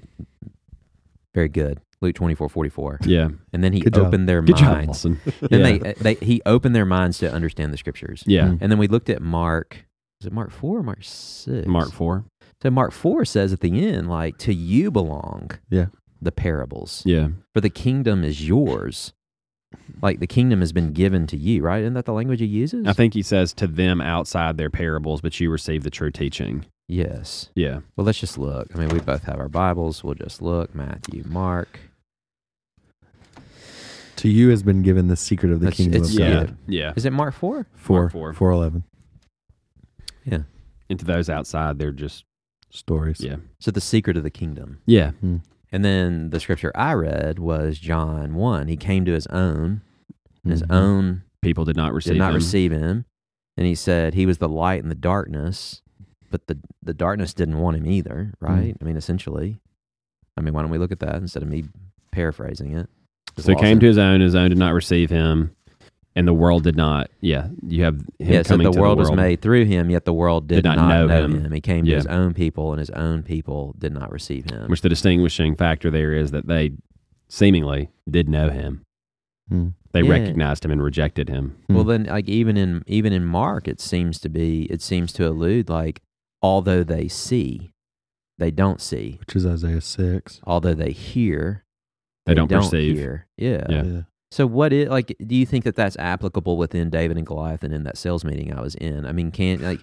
S3: very good, Luke twenty four forty four,
S2: Yeah,
S3: and then he
S1: Good job.
S3: opened their
S2: good job,
S3: minds.
S2: Wilson.
S3: Then
S2: yeah,
S3: they, they he opened their minds to understand the scriptures,
S2: yeah.
S3: and then we looked at Mark. Is it Mark four or Mark six?
S2: Mark four.
S3: So Mark 4 says at the end, like, to you belong
S1: Yeah.
S3: the parables,
S2: Yeah,
S3: for the kingdom is yours. Like, the kingdom has been given to you, right? Isn't that the language he uses?
S2: I think he says to them outside their parables, but you receive the true teaching.
S3: yes.
S2: Yeah,
S3: Well, let's just look. I mean, we both have our Bibles. We'll just look. Matthew, Mark.
S1: To you has been given the secret of the
S3: It's-
S1: kingdom
S3: it's-
S1: of God.
S2: yeah,
S3: good.
S2: yeah.
S3: Is it Mark 4?
S1: Four,
S2: Mark four.
S1: four eleven
S2: And to those outside, they're just
S1: stories.
S2: yeah,
S3: So, the secret of the kingdom.
S2: yeah.
S3: And then the scripture I read was John 1. He came to his own, and his
S1: Mhm.
S3: own
S2: People did not receive.
S3: did not
S2: him.
S3: receive him. And he said he was the light in the darkness, but the, the darkness didn't want him either,
S2: Hmm.
S3: right? I mean, essentially. I mean, why don't we look at that instead of me paraphrasing it? Just
S2: So he
S3: lost
S2: came
S3: it.
S2: to his own. His own did not receive him, and the world did not. Yeah, you have him
S3: yeah, so
S2: coming
S3: the
S2: to
S3: world
S2: the world.
S3: was made through him, yet the world did, not, know, him. He came to
S2: Yeah.
S3: his own people, and his own people did not receive him.
S2: which the distinguishing factor there is that they seemingly did know him.
S1: Mm.
S2: They
S3: Hmm. Yeah.
S2: recognized him and rejected him.
S3: well, then, like even in even in Mark, it seems to be it seems to allude like although they see, they don't see;
S1: Which is Isaiah six.
S3: although they hear,
S2: They, don't, perceive.
S3: Hear.
S2: Yeah.
S3: So what is like? Do you think that that's applicable within David and Goliath and in that sales meeting I was in? I mean, can like,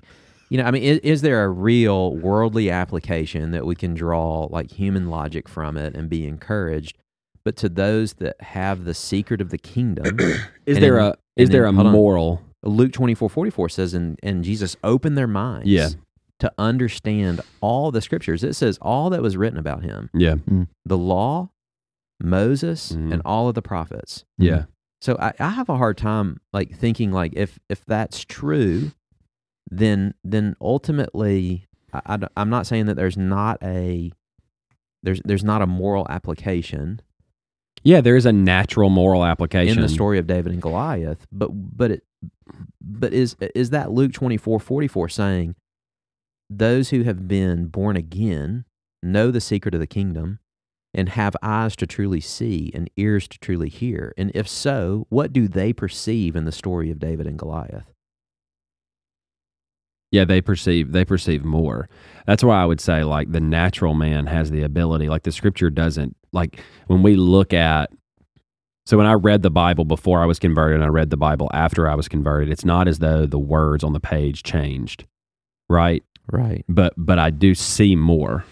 S3: you know, I mean, is, is there a real worldly application that we can draw like human logic from it and be encouraged? But to those that have the secret of the kingdom,
S2: Is
S3: And
S2: there
S3: then-
S2: a is
S3: and
S2: there a
S3: then- hold on.
S2: moral?
S3: Luke twenty four forty four says, and and Jesus opened their minds,
S2: Yeah.
S3: to understand all the scriptures. It says all that was written about him,
S2: Yeah,
S3: the law, Moses,
S2: Mhm.
S3: and all of the prophets.
S2: yeah,
S3: So I, I have a hard time like thinking like if if that's true, then then ultimately I, am not saying that there's not a there's there's not a moral application
S2: yeah. There is a natural moral application
S3: in the story of David and Goliath, but but it but is is that Luke 24, 44 saying those who have been born again know the secret of the kingdom and have eyes to truly see and ears to truly hear? And if so, what do they perceive in the story of David and Goliath?
S2: Yeah, they perceive they perceive more. That's why I would say like the natural man has the ability, like the scripture doesn't. Like when we look at so when I read the Bible before I was converted and I read the Bible after I was converted, it's not as though the words on the page changed. Right?
S3: Right.
S2: But but I do see more.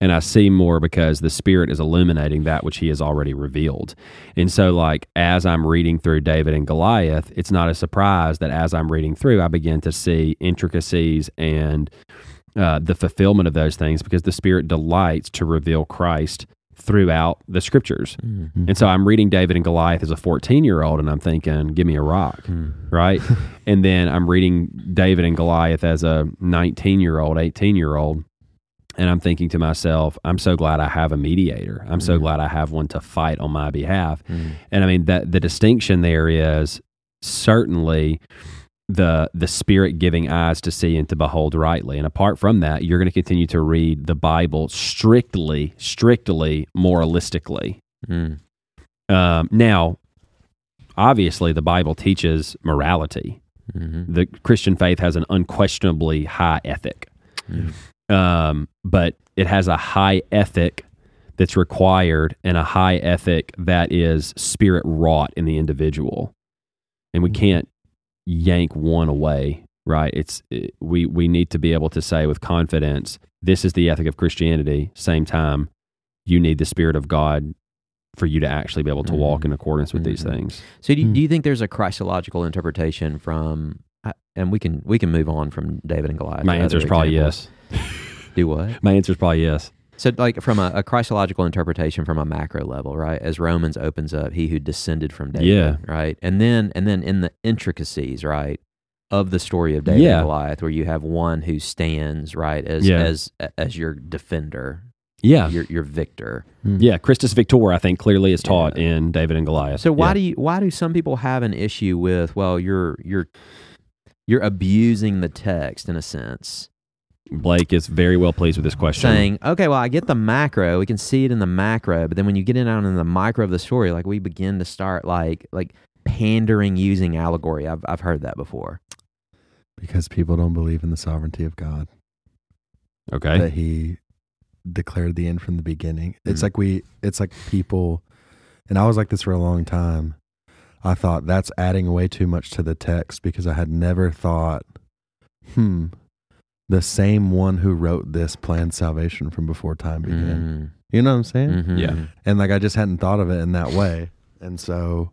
S2: And I see more because the spirit is illuminating that which he has already revealed. And so like as I'm reading through David and Goliath, it's not a surprise that as I'm reading through, I begin to see intricacies and uh, the fulfillment of those things because the Spirit delights to reveal Christ throughout the scriptures.
S3: Mm.
S2: And so I'm reading David and Goliath as a 14 year old and I'm thinking, give me a rock,
S3: Hmm.
S2: right? and then I'm reading David and Goliath as a 19 year old, 18 year old. And I'm thinking to myself, I'm so glad I have a mediator. I'm so glad I have one to fight on my behalf.
S3: Mm.
S2: And I mean that the distinction there is certainly the the spirit giving eyes to see and to behold rightly. And apart from that, you're going to continue to read the Bible strictly, strictly moralistically.
S3: Mm.
S2: Um, now, obviously, the Bible teaches morality.
S3: Mhm.
S2: The Christian faith has an unquestionably high ethic,
S3: Mm.
S2: um, but it has a high ethic that's required and a high ethic that is spirit wrought in the individual, and we can't yank one away. Right? It's it, we we need to be able to say with confidence, this is the ethic of Christianity. Same time, you need the spirit of God for you to actually be able to walk
S3: Mhm.
S2: in accordance with these
S3: Mhm.
S2: things.
S3: So do,
S2: Hmm.
S1: Mm.
S3: do you think there's a Christological interpretation from? I- And we can we can move on from David and Goliath.
S2: My
S3: to
S2: answer is
S3: other
S2: probably
S3: examples.
S2: yes.
S3: Do what?
S2: My answer is probably yes.
S3: So like from a, a Christological interpretation from a macro level, right? As Romans opens up, he who descended from David,
S2: Yeah.
S3: right? And then and then in the intricacies, right, of the story of David
S2: Yeah.
S3: and Goliath, where you have one who stands, right, as
S2: Yeah.
S3: as as your defender,
S2: Yeah.
S3: your your victor.
S2: Yeah. Christus Victor, I think, clearly is taught in David and Goliath.
S3: So why
S2: Yeah.
S3: do you why do some people have an issue with well you're you're you're abusing the text in a sense
S2: Blake is very well pleased with this question.
S3: saying okay well I get the macro we can see it in the macro but then when you get in out in the micro of the story like we begin to start like like pandering using allegory I've I've heard that before
S1: because people don't believe in the sovereignty of God.
S2: okay.
S1: that he declared the end from the beginning. It's
S3: Mm.
S1: like we it's like people and I was like this for a long time. I thought that's adding way too much to the text because I had never thought hmm the same one who wrote this planned salvation from before time
S3: Mm-hmm.
S1: began. You know what I'm saying?
S3: Mhm.
S2: Yeah.
S1: And like I just hadn't thought of it in that way. And so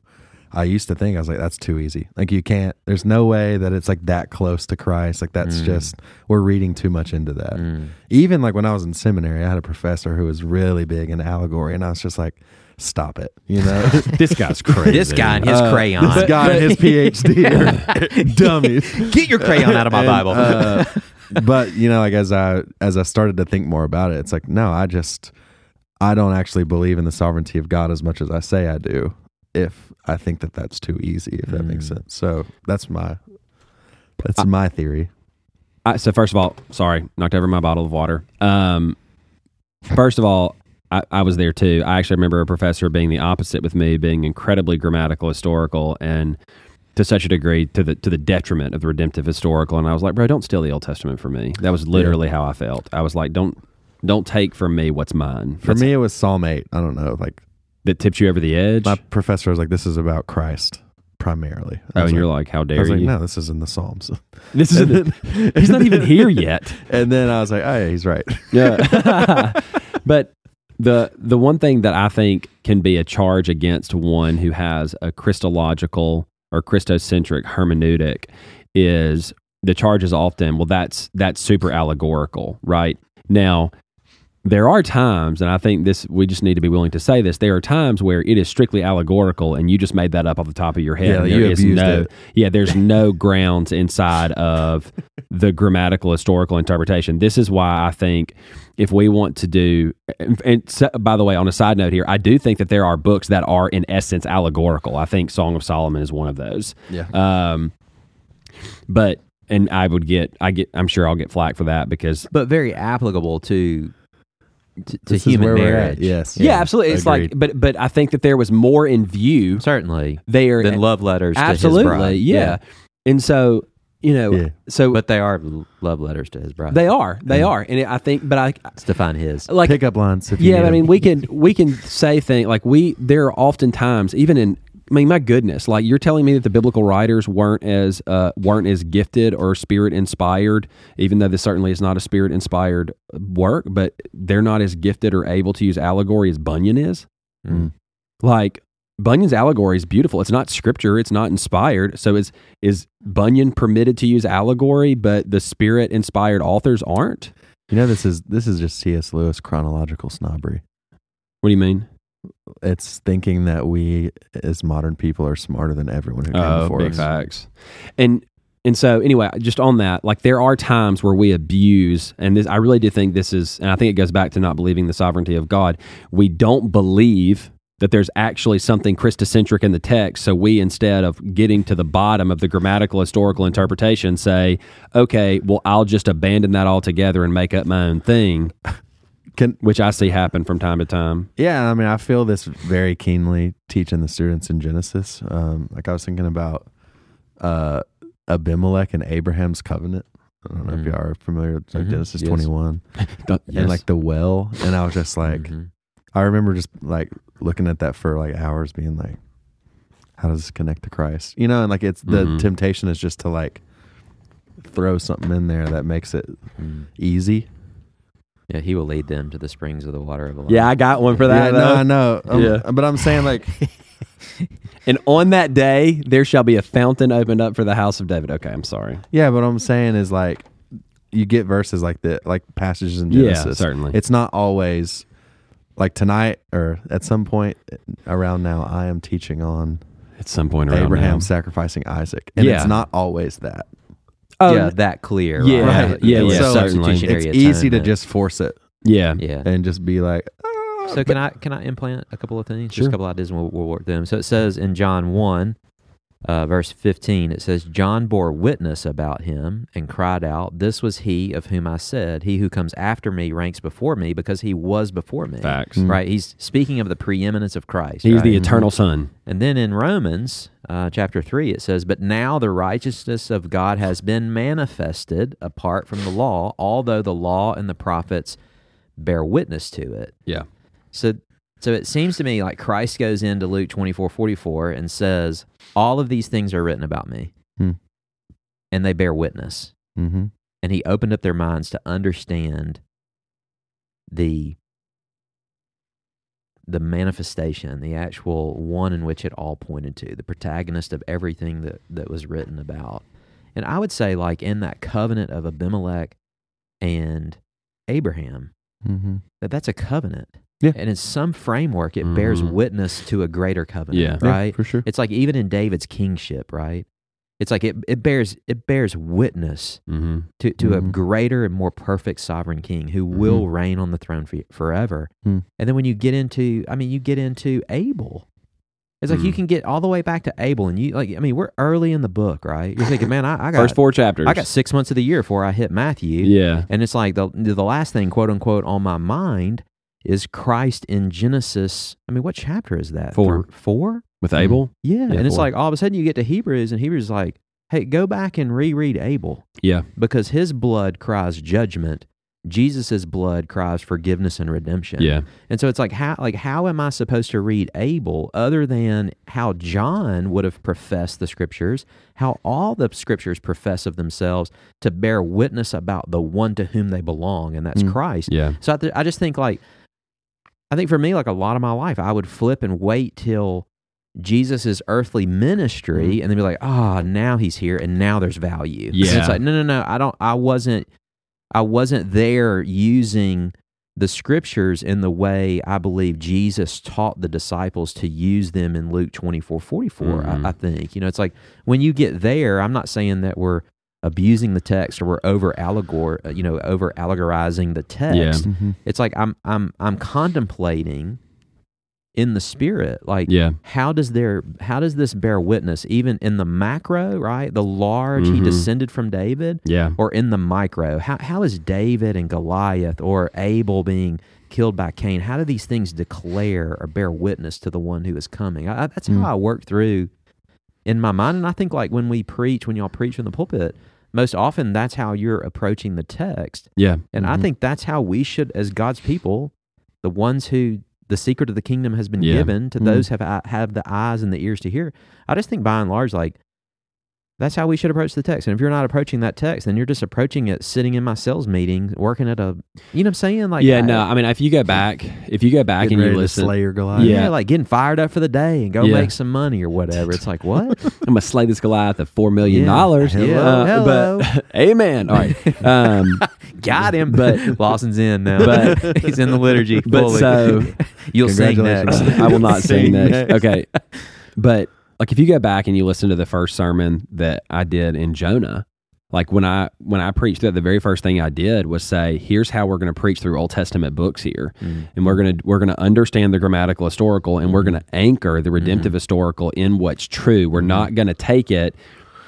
S1: I used to think I was like, that's too easy. Like you can't there's no way that it's like that close to Christ. Like that's
S3: Mm.
S1: just we're reading too much into that
S3: Mm.
S1: even like when I was in seminary, I had a professor who was really big in allegory, and I was just like, "Stop it!" You know,
S2: This guy's crazy.
S3: this guy and his
S1: Uh,
S3: crayon
S1: this guy and his PhD are dummies.
S3: Uh, get your crayon out of my
S1: And,
S3: Bible
S1: uh, but you know, like as I as I started to think more about it, it's like, no, I just I don't actually believe in the sovereignty of God as much as I say I do. If I think that that's too easy, if that makes
S2: Hmm.
S3: Mm.
S1: sense. So that's my that's my theory.
S2: I, so first of all, sorry, knocked over my bottle of water. Um, first of all, I, I was there too. I actually remember a professor being the opposite with me, being incredibly grammatical, historical, and to such a degree to the to the detriment of the redemptive historical. And I was like, bro, don't steal the Old Testament from me. That was literally how I felt. I was like, don't don't take from me what's mine.
S1: For
S2: That's-
S1: me, it was Psalm eight. I don't know, like
S2: that tips you over the edge.
S1: my professor was like, "This is about Christ primarily." I
S2: oh,
S1: was
S2: and you're
S1: like,
S2: like, how
S1: I
S2: dare
S1: was like,
S2: you?
S1: "No, this is in the Psalms."
S2: This is he's not even here yet.
S1: And then I was like, "Oh yeah, he's right."
S2: Yeah. but the the one thing that I think can be a charge against one who has a Christological or Christocentric hermeneutic is the charge is often, well, that's that's super allegorical, right? Now, there are times, and I think this we just need to be willing to say this, there are times where it is strictly allegorical and you just made that up off the top of your head.
S1: Yeah,
S2: and
S1: you
S2: there is
S1: abused
S2: no,
S1: it.
S2: Yeah, there's no grounds inside of the grammatical historical interpretation. This is why I think if we want to do and, and so, by the way on a side note here i do think that there are books that are in essence allegorical i think song of solomon is one of those
S1: Yeah.
S2: um but and i would get i get i'm sure i'll get flack for that because
S3: but very applicable to to, to
S1: This is
S3: human
S1: where we're at,
S3: marriage
S1: yes.
S2: yeah, absolutely it's
S1: agreed.
S2: like but but i think that there was more in view
S3: certainly
S2: there
S3: than love letters
S2: absolutely
S3: to his bride.
S2: yeah. and so you know
S1: Yeah.
S2: so
S3: But they are l- love letters to his bride.
S2: they are Oh. they are and it, i think but i
S3: It's to find his.
S2: like
S1: Pickup lines. If you
S2: yeah,
S1: need
S2: but I mean,
S1: them.
S2: we can we can say things like we there are often times even in I mean, my goodness, like you're telling me that the biblical writers weren't as uh, weren't as gifted or spirit inspired, even though this certainly is not a spirit inspired work, but they're not as gifted or able to use allegory as Bunyan is.
S3: Mm.
S2: Like Bunyan's allegory is beautiful. It's not scripture. It's not inspired. So is is Bunyan permitted to use allegory, but the spirit inspired authors aren't?
S1: you know, this is this is just C.S. Lewis chronological snobbery.
S2: What do you mean?
S1: It's thinking that we, as modern people, are smarter than everyone who came
S2: Oh,
S1: before
S2: big
S1: us.
S2: facts. And and so anyway, just on that, like there are times where we abuse, and this I really do think this is, and I think it goes back to not believing the sovereignty of God. We don't believe that there's actually something Christocentric in the text, so we instead of getting to the bottom of the grammatical historical interpretation, say, okay, well, I'll just abandon that altogether and make up my own thing,
S1: Can
S2: which I see happen from time to time.
S1: Yeah, I mean, I feel this very keenly teaching the students in Genesis. Um, like I was thinking about uh, Abimelech and Abraham's covenant. I don't know if
S2: Mm-hmm.
S3: Mhm.
S1: you are familiar with like,
S3: Mhm.
S1: Genesis
S3: Yes.
S1: 21
S2: Yes. Mm-hmm.
S1: and like the well. And I was just like,
S3: Mhm.
S1: I remember just like looking at that for like hours, being like, how does this connect to Christ? You know, and like it's the
S2: Mhm.
S1: temptation is just to like throw something in there that makes it
S3: Mm.
S1: easy.
S3: Yeah, he will lead them to the springs of the water of life.
S2: yeah, I got one for
S1: yeah,
S2: that.
S1: no,
S2: though.
S1: I know. Um,
S2: Yeah.
S1: But I'm saying like,
S2: And on that day, there shall be a fountain opened up for the house of David. Okay, I'm sorry.
S1: Yeah, but what I'm saying is like you get verses like the like passages in
S2: Yeah,
S1: Genesis.
S2: certainly.
S1: It's not always like tonight or at some point around now I am teaching on
S2: At some point around
S1: Abraham
S2: now.
S1: sacrificing Isaac. And
S2: Yeah.
S1: it's not always that.
S2: Oh,
S3: yeah, that clear.
S2: Yeah,
S3: right?
S1: yeah,
S3: It was
S1: yeah,
S3: a
S2: certainly.
S3: substitutionary
S1: It's
S3: atonement.
S1: easy to just force it
S2: yeah.
S3: yeah.
S1: and just be like "Ah,"
S3: So
S1: but-
S3: can I can I implant a couple of things? Just
S2: Sure.
S3: a couple of ideas, and we'll, we'll work them. So it says in John one, uh, verse fifteen, it says John bore witness about him and cried out, "This was he of whom I said, He who comes after me ranks before me, because he was before me."
S2: Facts.
S1: Mm.
S3: Right? He's speaking of the preeminence of Christ.
S2: He's
S3: right?
S2: the eternal son.
S3: And then in Romans uh, chapter 3, it says, But now the righteousness of God has been manifested apart from the law, although the law and the prophets bear witness to it.
S2: Yeah.
S3: So, so it seems to me like Christ goes into Luke 24 44 and says, All of these things are written about me,
S1: Hmm.
S3: and they bear witness.
S1: Mhm.
S3: And he opened up their minds to understand the the manifestation, the actual one in which it all pointed to, the protagonist of everything that, that was written about. And I would say, like in that covenant of Abimelech and Abraham,
S1: Mhm.
S3: that that's a covenant.
S1: Yeah.
S3: And in some framework, it bears
S2: Mhm.
S3: witness to a greater covenant,
S2: Yeah.
S1: Yeah,
S3: right?
S1: for sure.
S3: It's like even in David's kingship, right? It's like it, it bears it bears witness
S2: Mm-hmm.
S3: to, to a
S1: Mhm.
S3: greater and more perfect sovereign king who will reign on the throne for, forever.
S1: Hmm.
S3: And then when you get into, I mean, you get into Abel. It's like you
S2: Hmm.
S3: can get all the way back to Abel, and you like, I mean, we're early in the book, right? You're thinking, man, I, I got
S2: First four chapters.
S3: I got six months of the year before I hit Matthew.
S2: Yeah.
S3: And it's like the the last thing, quote unquote, on my mind is Christ in Genesis. I mean, what chapter is that?
S2: Four.
S3: Thr- Four?
S2: With Abel?
S3: Yeah. and it's
S2: four.
S3: like all of a sudden you get to Hebrews, and Hebrews is like, hey, go back and reread Abel
S2: Yeah.
S3: because his blood cries judgment. Jesus' blood cries forgiveness and redemption.
S2: Yeah.
S3: And so it's like how like how am I supposed to read Abel other than how John would have professed the scriptures, how all the scriptures profess of themselves to bear witness about the one to whom they belong, and that's
S1: Mm.
S3: Christ.
S2: Yeah.
S3: So I, th- I just think like I think for me like a lot of my life I would flip and wait till Jesus' earthly ministry
S2: Mm-hmm.
S3: and then be like, ah, now he's here and now there's value. And
S2: Yeah.
S3: it's like, no, no, no, I don't I wasn't I wasn't there using the scriptures in the way I believe Jesus taught the disciples to use them in Luke 24 44,
S2: Mhm.
S3: I, I think. You know, it's like when you get there, I'm not saying that we're abusing the text or we're over allegor, you know, over allegorizing the text.
S1: Mhm.
S3: It's like I'm I'm I'm contemplating in the spirit, like
S2: Yeah.
S3: how does there how does this bear witness even in the macro, right? The large he
S2: Mhm.
S3: descended from David
S2: Yeah.
S3: or in the micro? How, how is David and Goliath or Abel being killed by Cain? How do these things declare or bear witness to the one who is coming? I, I- that's
S1: Mm.
S3: how I work through in my mind. And I think, like, when we preach, when y'all preach from the pulpit, most often that's how you're approaching the text.
S2: Yeah.
S3: And I
S1: Mhm.
S3: think that's how we should, as God's people, the ones who the secret of the kingdom has been
S2: Yeah. Mm-hmm.
S3: given to uh,
S1: Mhm.
S3: those have have the eyes and the ears to hear. I just think by and large, like That's how we should approach the text. And if you're not approaching that text, then you're just approaching it sitting in my sales meeting, working at a, you know what I'm saying? Like,
S2: yeah,
S3: Oh, I-
S2: no. I mean, if you go back, if you go back
S1: Getting
S2: and you
S1: ready to
S2: listen,
S1: slay your Goliath.
S2: Yeah.
S3: Yeah, like getting fired up for the day and go
S2: Yeah.
S3: make some money or whatever. It's like what?
S2: I'm gonna slay this Goliath at four million
S3: Yeah.
S2: dollars. Uh,
S3: Hello, hello.
S2: But amen. All right. Um,
S3: Got him.
S2: But-
S3: Lawson's in now.
S2: But-
S3: he's in the liturgy.
S2: But
S3: fully.
S2: so-
S3: you'll sing next.
S1: Congratulations.
S2: I will not say
S1: Sing
S2: next.
S1: next.
S2: Okay. But like if you go back and you listen to the first sermon that I did in Jonah, like when I when I preached that the very first thing I did was say, here's how we're going to preach through Old Testament books here. And we're going to we're going to understand the grammatical historical and we're going to anchor the redemptive historical in what's true. We're not going to take it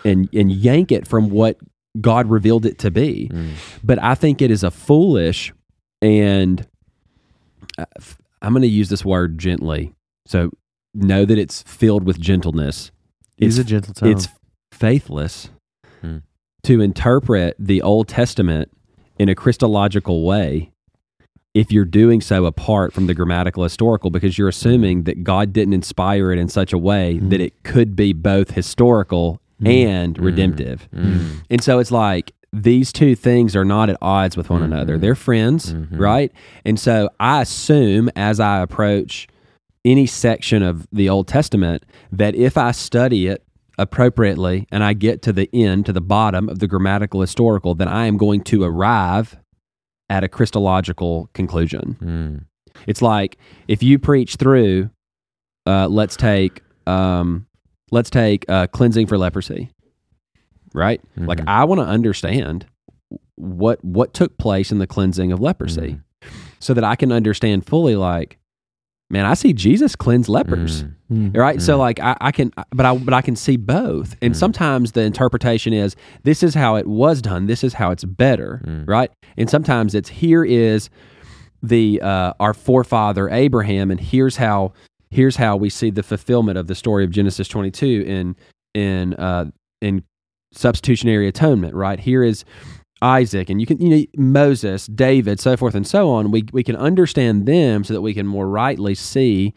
S2: and and yank it from what God revealed it to be. But I think it is a foolish and uh, f- I'm going to use this word gently. So know that it's filled with gentleness.
S1: He's a
S2: It's,
S1: gentle tone.
S2: it's faithless
S3: Hmm.
S2: to interpret the Old Testament in a Christological way if you're doing so apart from the grammatical historical because you're assuming that God didn't inspire it in such a way
S1: Hmm.
S2: that it could be both historical
S1: Hmm.
S2: and
S3: Hmm.
S2: redemptive.
S3: Mm.
S2: And so it's like these two things are not at odds with one another.
S3: Mhm.
S2: They're friends,
S3: Mhm.
S2: right? And so I assume as I approach any section of the Old Testament that if I study it appropriately and I get to the end, to the bottom of the grammatical historical, then I am going to arrive at a Christological conclusion.
S3: Mm.
S2: It's like if you preach through, uh, let's take um, let's take uh, cleansing for leprosy, right? Like
S3: Mhm.
S2: I want to understand what what took place in the cleansing of leprosy, so that I can understand fully. Like, man, I see Jesus cleanse lepers.
S3: Mm.
S1: Mm.
S2: Right, so like I, I can, but I but I can see both, and
S3: Mm.
S2: sometimes the interpretation is this is how it was done, this is how it's better,
S3: Mm.
S2: right? And sometimes it's here is the uh, our forefather Abraham, and here's how here's how we see the fulfillment of the story of Genesis 22 in in uh, in substitutionary atonement, right? Here is Isaac, and you can you know Moses, David, so forth and so on. We we can understand them so that we can more rightly see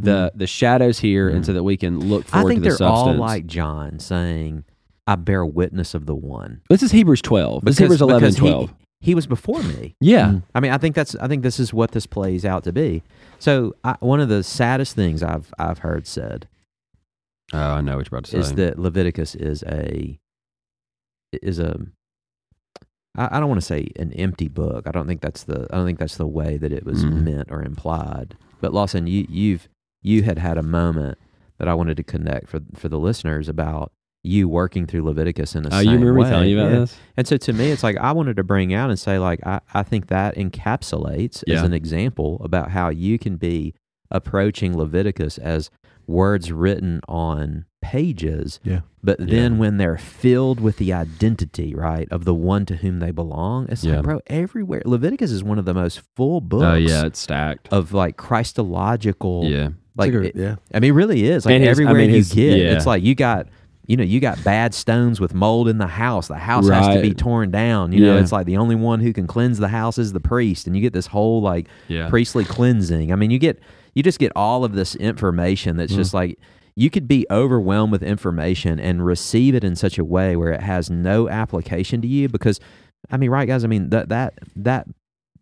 S2: the
S3: Mm-hmm.
S2: the shadows here, and so that we can look
S3: I
S2: forward
S3: think
S2: to the
S3: they're all
S2: substance.
S3: like John saying, "I bear witness of the one."
S2: this is Hebrews 12. this is Hebrews 11
S3: because
S2: and 12.
S3: He, he was before me.
S2: yeah.
S1: Mm.
S3: I mean, I think that's I think this is what this plays out to be. So I, one of the saddest things I've I've heard said
S2: Oh, I know what you're about to say.
S3: is that Leviticus is a is a I, I don't want to say an empty book. I don't think that's the I don't think that's the way that it was
S2: Mhm.
S3: meant or implied. But Lawson, you you've you had had a moment that I wanted to connect for for the listeners about you working through Leviticus in a
S2: oh, you
S3: same
S2: remember me
S3: way.
S2: telling you about
S3: Yeah.
S2: this?
S3: And so to me, it's like I wanted to bring out and say, like, I, I think that encapsulates
S2: Yeah.
S3: as an example about how you can be approaching Leviticus as words written on pages.
S1: Yeah.
S3: But then
S2: Yeah.
S3: when they're filled with the identity, right, of the one to whom they belong, it's
S2: Yeah.
S3: like, bro, everywhere. Leviticus is one of the most full books
S2: Oh, yeah, it's stacked.
S3: of like Christological.
S2: yeah.
S3: Like,
S1: It's a
S3: it-
S1: good- yeah.
S3: I mean, it really is. Like
S2: And his- I
S3: everywhere
S2: mean,
S3: you
S2: his-
S3: get,
S2: yeah.
S3: it's like you got, you know, you got bad stones with mold in the house. The house has to be
S2: Right.
S3: torn down. You know,
S2: Yeah.
S3: it's like the only one who can cleanse the house is the priest, and you get this whole like
S2: Yeah.
S3: priestly cleansing. I mean, you get, you just get all of this information that's
S2: Mm.
S3: just like you could be overwhelmed with information and receive it in such a way where it has no application to you because, I mean, right, guys? I mean that that that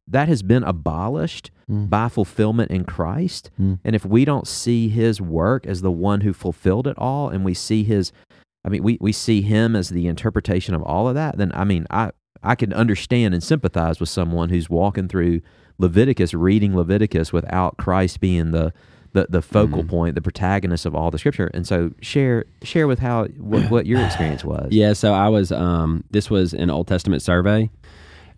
S3: that has been abolished
S1: Mm.
S3: by fulfillment in Christ.
S2: Hmm.
S1: Mm.
S3: And if we don't see his work as the one who fulfilled it all, and we see his, I mean, we, we see him as the interpretation of all of that, then I mean, I, I can understand and sympathize with someone who's walking through Leviticus, reading Leviticus without Christ being the, the, the focal
S2: Mhm.
S3: point, the protagonist of all the scripture. And so share, share with how, what, what your experience was.
S2: Yeah, so I was um this was an Old Testament survey.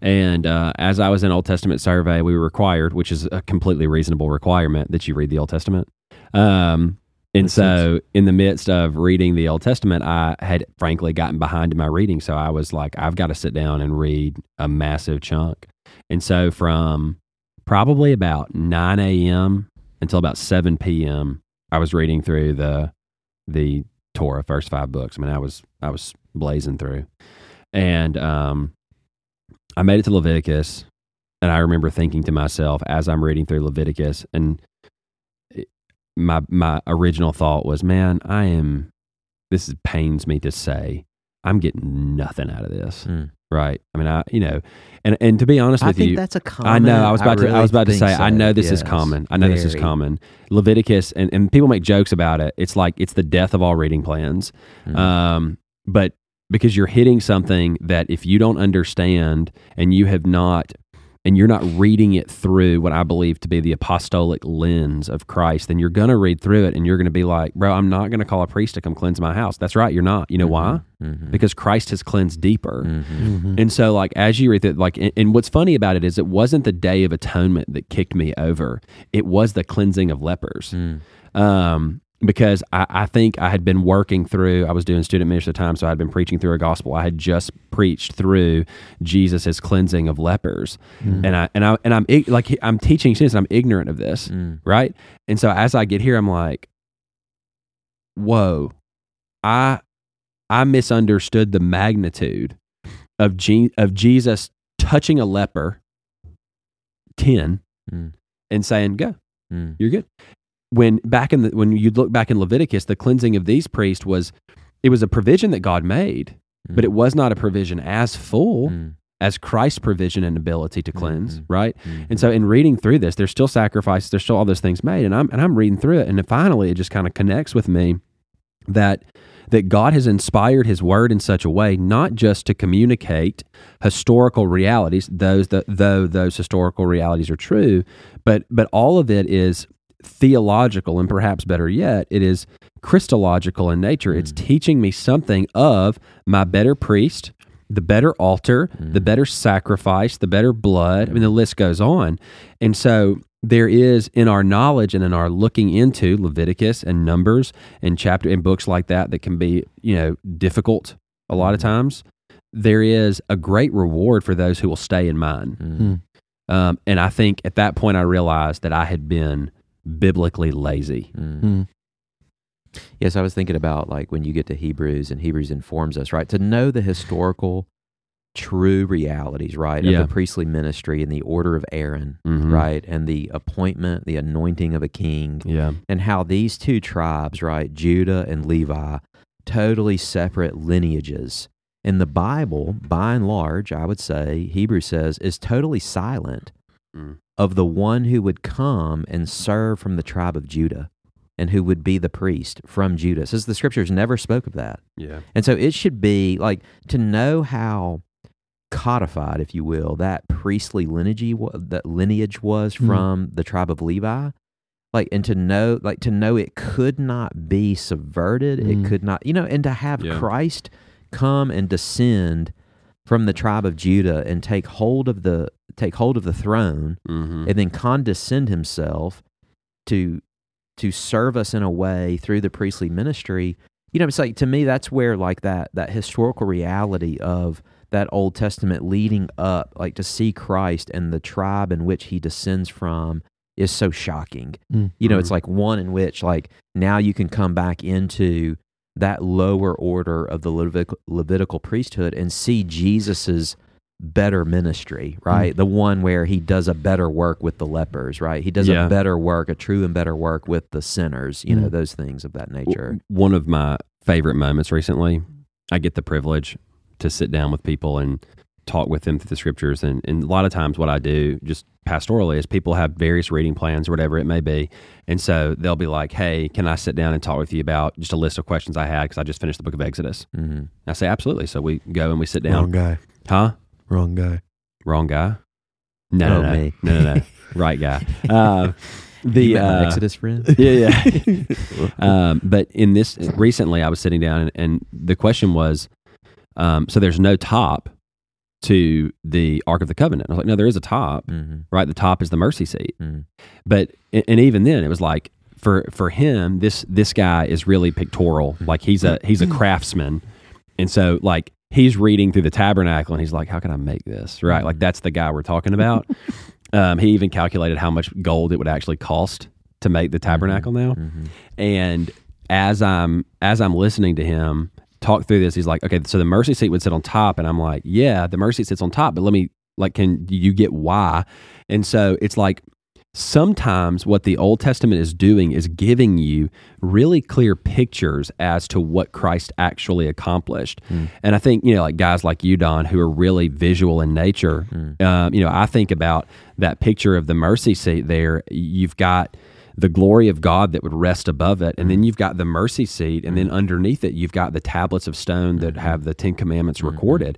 S2: And uh, as I was in Old Testament survey, we were required, which is a completely reasonable requirement, that you read the Old Testament. Um, and
S1: Makes
S2: so,
S1: sense.
S2: in the midst of reading the Old Testament, I had frankly gotten behind in my reading. So I was like, I've got to sit down and read a massive chunk. And so, from probably about 9 a.m. until about 7 p.m., I was reading through the the Torah first five books. I mean, I was I was blazing through, and um, I made it to Leviticus, and I remember thinking to myself as I'm reading through Leviticus, and it- my my original thought was, man, I am. This is, pains me to say, I'm getting nothing out of this.
S3: Mm.
S2: Right. I mean, I, you know, and, and to be honest
S3: I
S2: with
S3: think
S2: you,
S3: that's a common.
S2: I know. I was about to. I
S3: Oh, really
S2: was about to
S3: think
S2: say. I
S3: so,
S2: know this is
S3: yes.
S2: common. I know this is
S3: Very.
S2: common. Leviticus and, and people make jokes about it. It's like it's the death of all reading plans.
S3: Mm.
S2: Um, but because you're hitting something that if you don't understand and you have not and you're not reading it through what I believe to be the apostolic lens of Christ, then you're going to read through it and you're going to be like, bro, I'm not going to call a priest to come cleanse my house. That's right. You're not. You know why?
S3: Mhm.
S2: Because Christ has cleansed deeper.
S3: Mhm.
S1: Mm-hmm.
S2: And so, like, as you read it, like, and, and what's funny about it is it wasn't the day of atonement that kicked me over, it was the cleansing of lepers.
S3: Mm.
S2: Um, because I, I think I had been working through, I was doing student ministry at the time, so I had been preaching through a gospel. I had just preached through Jesus' cleansing of lepers,
S1: Mm-hmm.
S2: and I and I and I'm ig- like I'm teaching students, and I'm ignorant of this,
S3: Mm.
S2: right? And so as I get here, I'm like, whoa, I I misunderstood the magnitude of Je- of Jesus touching a leper ten
S3: Mm.
S2: and saying, "Go,
S3: Mm.
S2: you're good." When back in the when you look back in Leviticus, the cleansing of these priests was it was a provision that God made, but it was not a provision as full
S3: Mm.
S2: as Christ's provision and ability to cleanse,
S3: Mhm.
S2: right?
S3: Mhm.
S2: And so in reading through this, there's still sacrifices, there's still all those things made. And I'm and I'm reading through it. And then finally it just kind of connects with me that that God has inspired his word in such a way not just to communicate historical realities, those that though those historical realities are true, but but all of it is theological and perhaps better yet, it is Christological in nature. It's teaching me something of my better priest, the better altar, the better sacrifice, the better blood. I mean, the list goes on. And so there is in our knowledge and in our looking into Leviticus and Numbers and chapter and books like that that can be, you know, difficult a lot of times. There is a great reward for those who will stay in mind.
S3: Mm.
S2: Um, and I think at that point I realized that I had been biblically lazy.
S3: Mm.
S1: Mm.
S3: Yes, I was thinking about like when you get to Hebrews and Hebrews informs us, right? To know the historical true realities, right?
S2: Yeah.
S3: Of the priestly ministry and the order of Aaron,
S2: Mhm.
S3: right? And the appointment, the anointing of a king,
S2: Yeah.
S3: and how these two tribes, right, Judah and Levi, totally separate lineages. And the Bible, by and large, I would say, Hebrew says, is totally silent
S2: Mm.
S3: of the one who would come and serve from the tribe of Judah and who would be the priest from Judah. Says the scriptures never spoke of that.
S2: Yeah.
S3: And so it should be like to know how codified, if you will, that priestly lineage wa- that lineage was
S1: Mm.
S3: from the tribe of Levi. Like and to know, like to know it could not be subverted.
S1: Mm.
S3: It could not, you know, and to have
S2: Yeah.
S3: Christ come and descend from the tribe of Judah and take hold of the take hold of the throne
S2: Mm-hmm.
S3: and then condescend himself to to serve us in a way through the priestly ministry you know it's like to me that's where like that that historical reality of that old testament leading up like to see christ and the tribe in which he descends from is so shocking
S1: Mm.
S3: you know it's like one in which like now you can come back into that lower order of the Levit- levitical priesthood and see jesus's better ministry,
S2: Hmm.
S3: right? The one where he does a better work with the lepers, right? He does
S2: Yeah. Hmm.
S3: a better work, a true and better work with the sinners, you know,
S1: Mm.
S3: those things of that nature.
S2: W- One of my favorite moments recently, I get the privilege to sit down with people and talk with them through the scriptures. And, and a lot of times, what I do just pastorally is people have various reading plans or whatever it may be. And so they'll be like, hey, can I sit down and talk with you about just a list of questions I had because I just finished the book of Exodus?
S3: Mm-hmm.
S2: And I say, absolutely. So we go and we sit
S1: Wrong
S2: down.
S1: guy.
S2: Huh?
S1: Wrong guy.
S2: Wrong guy? No,
S3: Oh,
S2: no, no.
S3: me.
S2: no, no, no. Right guy. Uh, the
S3: you met my
S2: uh,
S3: Exodus friend.
S2: yeah, yeah. um, but in this recently, I was sitting down, and, and the question was, um, so there's no top to the Ark of the Covenant. I was like, no, there is a top,
S3: Mhm.
S2: right? The top is the mercy seat.
S3: Mm.
S2: But and and even then, it was like for for him, this this guy is really pictorial. Like he's a he's a craftsman, and so like he's reading through the tabernacle, and he's like, how can I make this right? Like that's the guy we're talking about. um, he even calculated how much gold it would actually cost to make the tabernacle now
S3: Mhm.
S2: and as i'm as i'm listening to him talk through this he's like okay so the mercy seat would sit on top and i'm like yeah the mercy seat sits on top but let me like can you get why and so it's like sometimes what the Old Testament is doing is giving you really clear pictures as to what Christ actually accomplished. And I think, you know, like guys like you, Don, who are really visual in nature, um, you know, I think about that picture of the mercy seat there. You've got the glory of God that would rest above it. And then you've got the mercy seat. And then underneath it, you've got the tablets of stone that have the Ten Commandments recorded.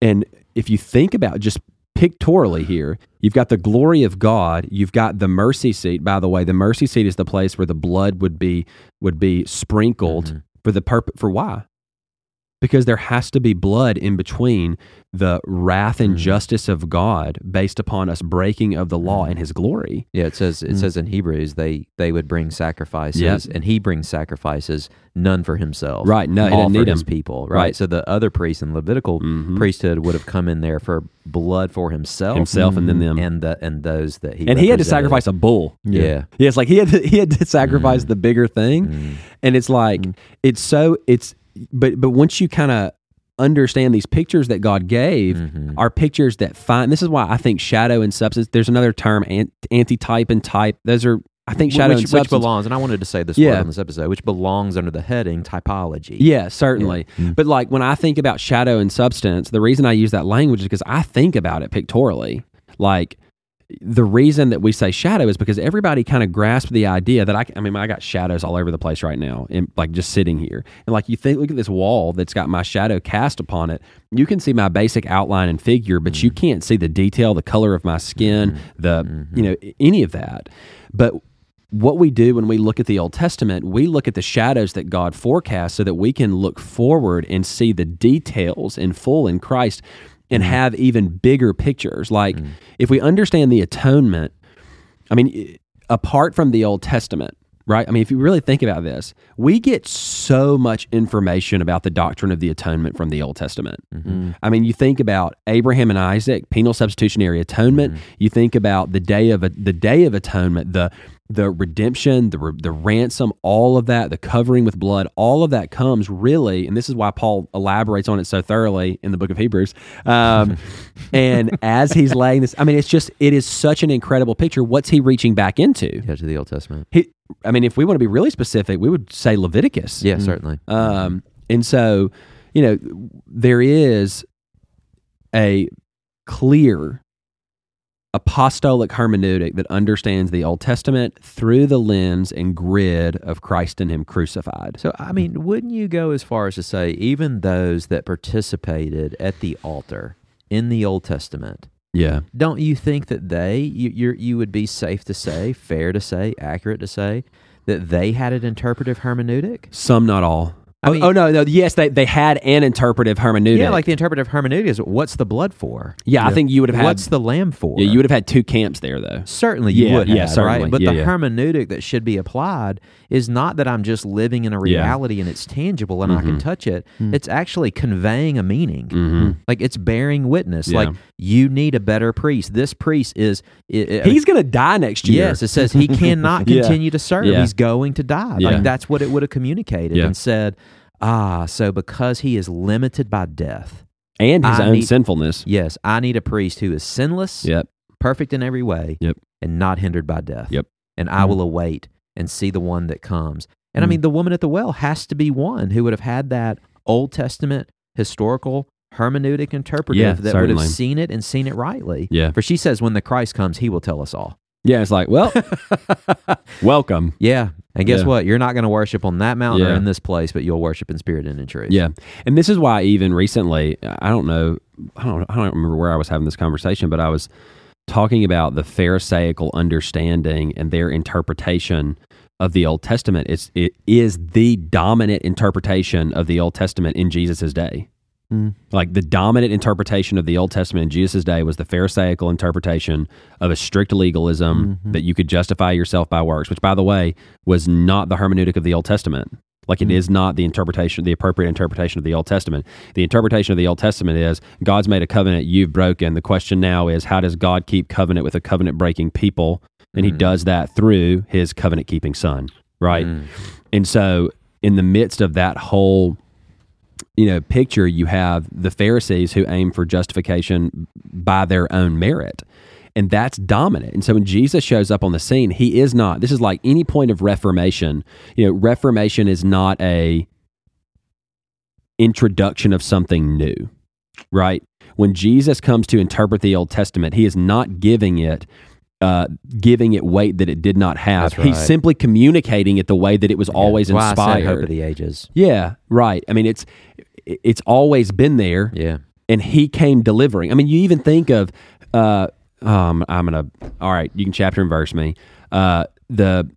S2: And if you think about just pictorially here, you've got the glory of God, you've got the mercy seat. By the way, the mercy seat is the place where the blood would be would be sprinkled for the purpose for why? Because there has to be blood in between the wrath and justice of God based upon us breaking of the law and his glory.
S3: Yeah, it says it says in Hebrews they they would bring sacrifices,
S2: Mm. Yep.
S3: and he brings sacrifices, none for himself,
S2: Right, no, he
S3: all
S2: didn't
S3: for
S2: need
S3: his
S2: 'em.
S3: people, right?
S2: Right. Mm-hmm.
S3: So the other priests in Levitical priesthood would have come in there for blood for himself,
S2: Himself and then them.
S3: and the and those that he
S2: and he had to
S3: represented.
S2: sacrifice a bull.
S3: Yeah. Mm. Yeah.
S2: Yes, like he had to, he had to sacrifice the bigger thing.
S3: Mm.
S2: And it's like it's so it's but but once you kind of understand these pictures that God gave
S3: Mm-hmm.
S2: are pictures that find this is why I think shadow and substance there's another term ant, anti-type and type those are I think shadow and
S3: which, which
S2: substance
S3: belongs, and I wanted to say this
S2: Yeah.
S3: word on this episode, which belongs under the heading typology.
S2: Yeah, certainly. But like when I think about shadow and substance, the reason I use that language is because I think about it pictorially. Like the reason that we say shadow is because everybody kind of grasped the idea that I, I mean, I got shadows all over the place right now, and like just sitting here. And like you think, look at this wall that's got my shadow cast upon it. You can see my basic outline and figure, but you can't see the detail, the color of my skin, the, you know, any of that. But what we do when we look at the Old Testament, we look at the shadows that God forecasts so that we can look forward and see the details in full in Christ and have even bigger pictures. Like if we understand the atonement, I mean, i- apart from the Old Testament, right? I mean, if you really think about this, we get so much information about the doctrine of the atonement from the Old Testament. I mean, you think about Abraham and Isaac, penal substitutionary atonement. You think about the day of the day of atonement, the the redemption, the re- the ransom, all of that, the covering with blood, all of that comes really, and this is why Paul elaborates on it so thoroughly in the book of Hebrews. Um, and as he's laying this, I mean, it's just it is such an incredible picture. What's he reaching back into?
S3: Yeah, to the Old Testament.
S2: He, I mean, if we want to be really specific, we would say Leviticus.
S3: Yeah, certainly.
S2: Um, and so, you know, there is a clear apostolic hermeneutic that understands the Old Testament through the lens and grid of Christ and Him crucified.
S3: So, I mean, wouldn't you go as far as to say even those that participated at the altar in the Old Testament,
S2: Yeah.
S3: don't you think that they, you, you're, you would be safe to say, fair to say, accurate to say, that they had an interpretive hermeneutic?
S2: Some, not all.
S3: I
S2: oh,
S3: mean-
S2: oh, no, no. Yes, they, they had an interpretive hermeneutic.
S3: Yeah, like the interpretive hermeneutic is what's the blood for?
S2: yeah, I think you would have had.
S3: What's the lamb for?
S2: yeah, you would have had two camps there, though.
S3: Certainly, you
S2: Yeah,
S3: would
S2: yeah,
S3: have,
S2: certainly.
S3: right? But
S2: Yeah,
S3: the
S2: yeah.
S3: hermeneutic that should be applied is not that I'm just living in a
S2: Yeah. Mm-hmm.
S3: reality and it's tangible and I can touch it. It's actually conveying a meaning. Like it's bearing witness.
S2: Yeah.
S3: Like you need a better priest. This priest is. i- i-
S2: He's going to die next year.
S3: Yes, it says he cannot
S2: Yeah.
S3: continue to serve.
S2: Yeah.
S3: He's going to die.
S2: Yeah.
S3: Like that's what it would have communicated
S2: Yeah.
S3: and said. Ah, so because he is limited by death,
S2: and his
S3: I
S2: own
S3: need-
S2: sinfulness.
S3: yes, I need a priest who is sinless
S2: Yep.
S3: perfect in every way
S2: Yep.
S3: and not hindered by death.
S2: Yep. Mm-hmm.
S3: And I will await and see the one that comes. And I
S1: Mm.
S3: mean, the woman at the well has to be one who would have had that Old Testament historical hermeneutic interpretive
S2: Yeah,
S3: that would
S2: certainly.
S3: have seen it and seen it rightly.
S2: Yeah.
S3: For she says, when the Christ comes, he will tell us all.
S2: Yeah, it's like, well, welcome.
S3: Yeah. And guess
S2: Yeah.
S3: what? You're not going to worship on that mountain or
S2: Yeah.
S3: in this place, but you'll worship in spirit and in truth.
S2: Yeah, and this is why even recently, I don't know, I don't, I don't remember where I was having this conversation, but I was talking about the Pharisaical understanding and their interpretation of the Old Testament. It's it is the dominant interpretation of the Old Testament in Jesus' day.
S1: Mm.
S2: Like the dominant interpretation of the Old Testament in Jesus' day was the Pharisaical interpretation of a strict legalism that you could justify yourself by works, which, by the way, was not the hermeneutic of the Old Testament. Like it is not the interpretation, the appropriate interpretation of the Old Testament. The interpretation of the Old Testament is God's made a covenant you've broken. The question now is how does God keep covenant with a covenant breaking people? And he does that through his covenant keeping son, right? And so, in the midst of that whole you know picture you have the pharisees who aim for justification by their own merit and that's dominant. And so when Jesus shows up on the scene, he is not. This is like any point of reformation. You know, reformation is not a introduction of something new, right? When Jesus comes to interpret the Old Testament, he is not giving it uh, giving it weight that it did not have.
S3: That's right.
S2: He's simply communicating it the way that it was always
S3: Why I said hope
S2: inspired.
S3: of the ages.
S2: Yeah, right. I mean, it's it's always been there,
S3: Yeah.
S2: and he came delivering. I mean, you even think of uh, um, I'm gonna all right. You can chapter and verse me. Uh, the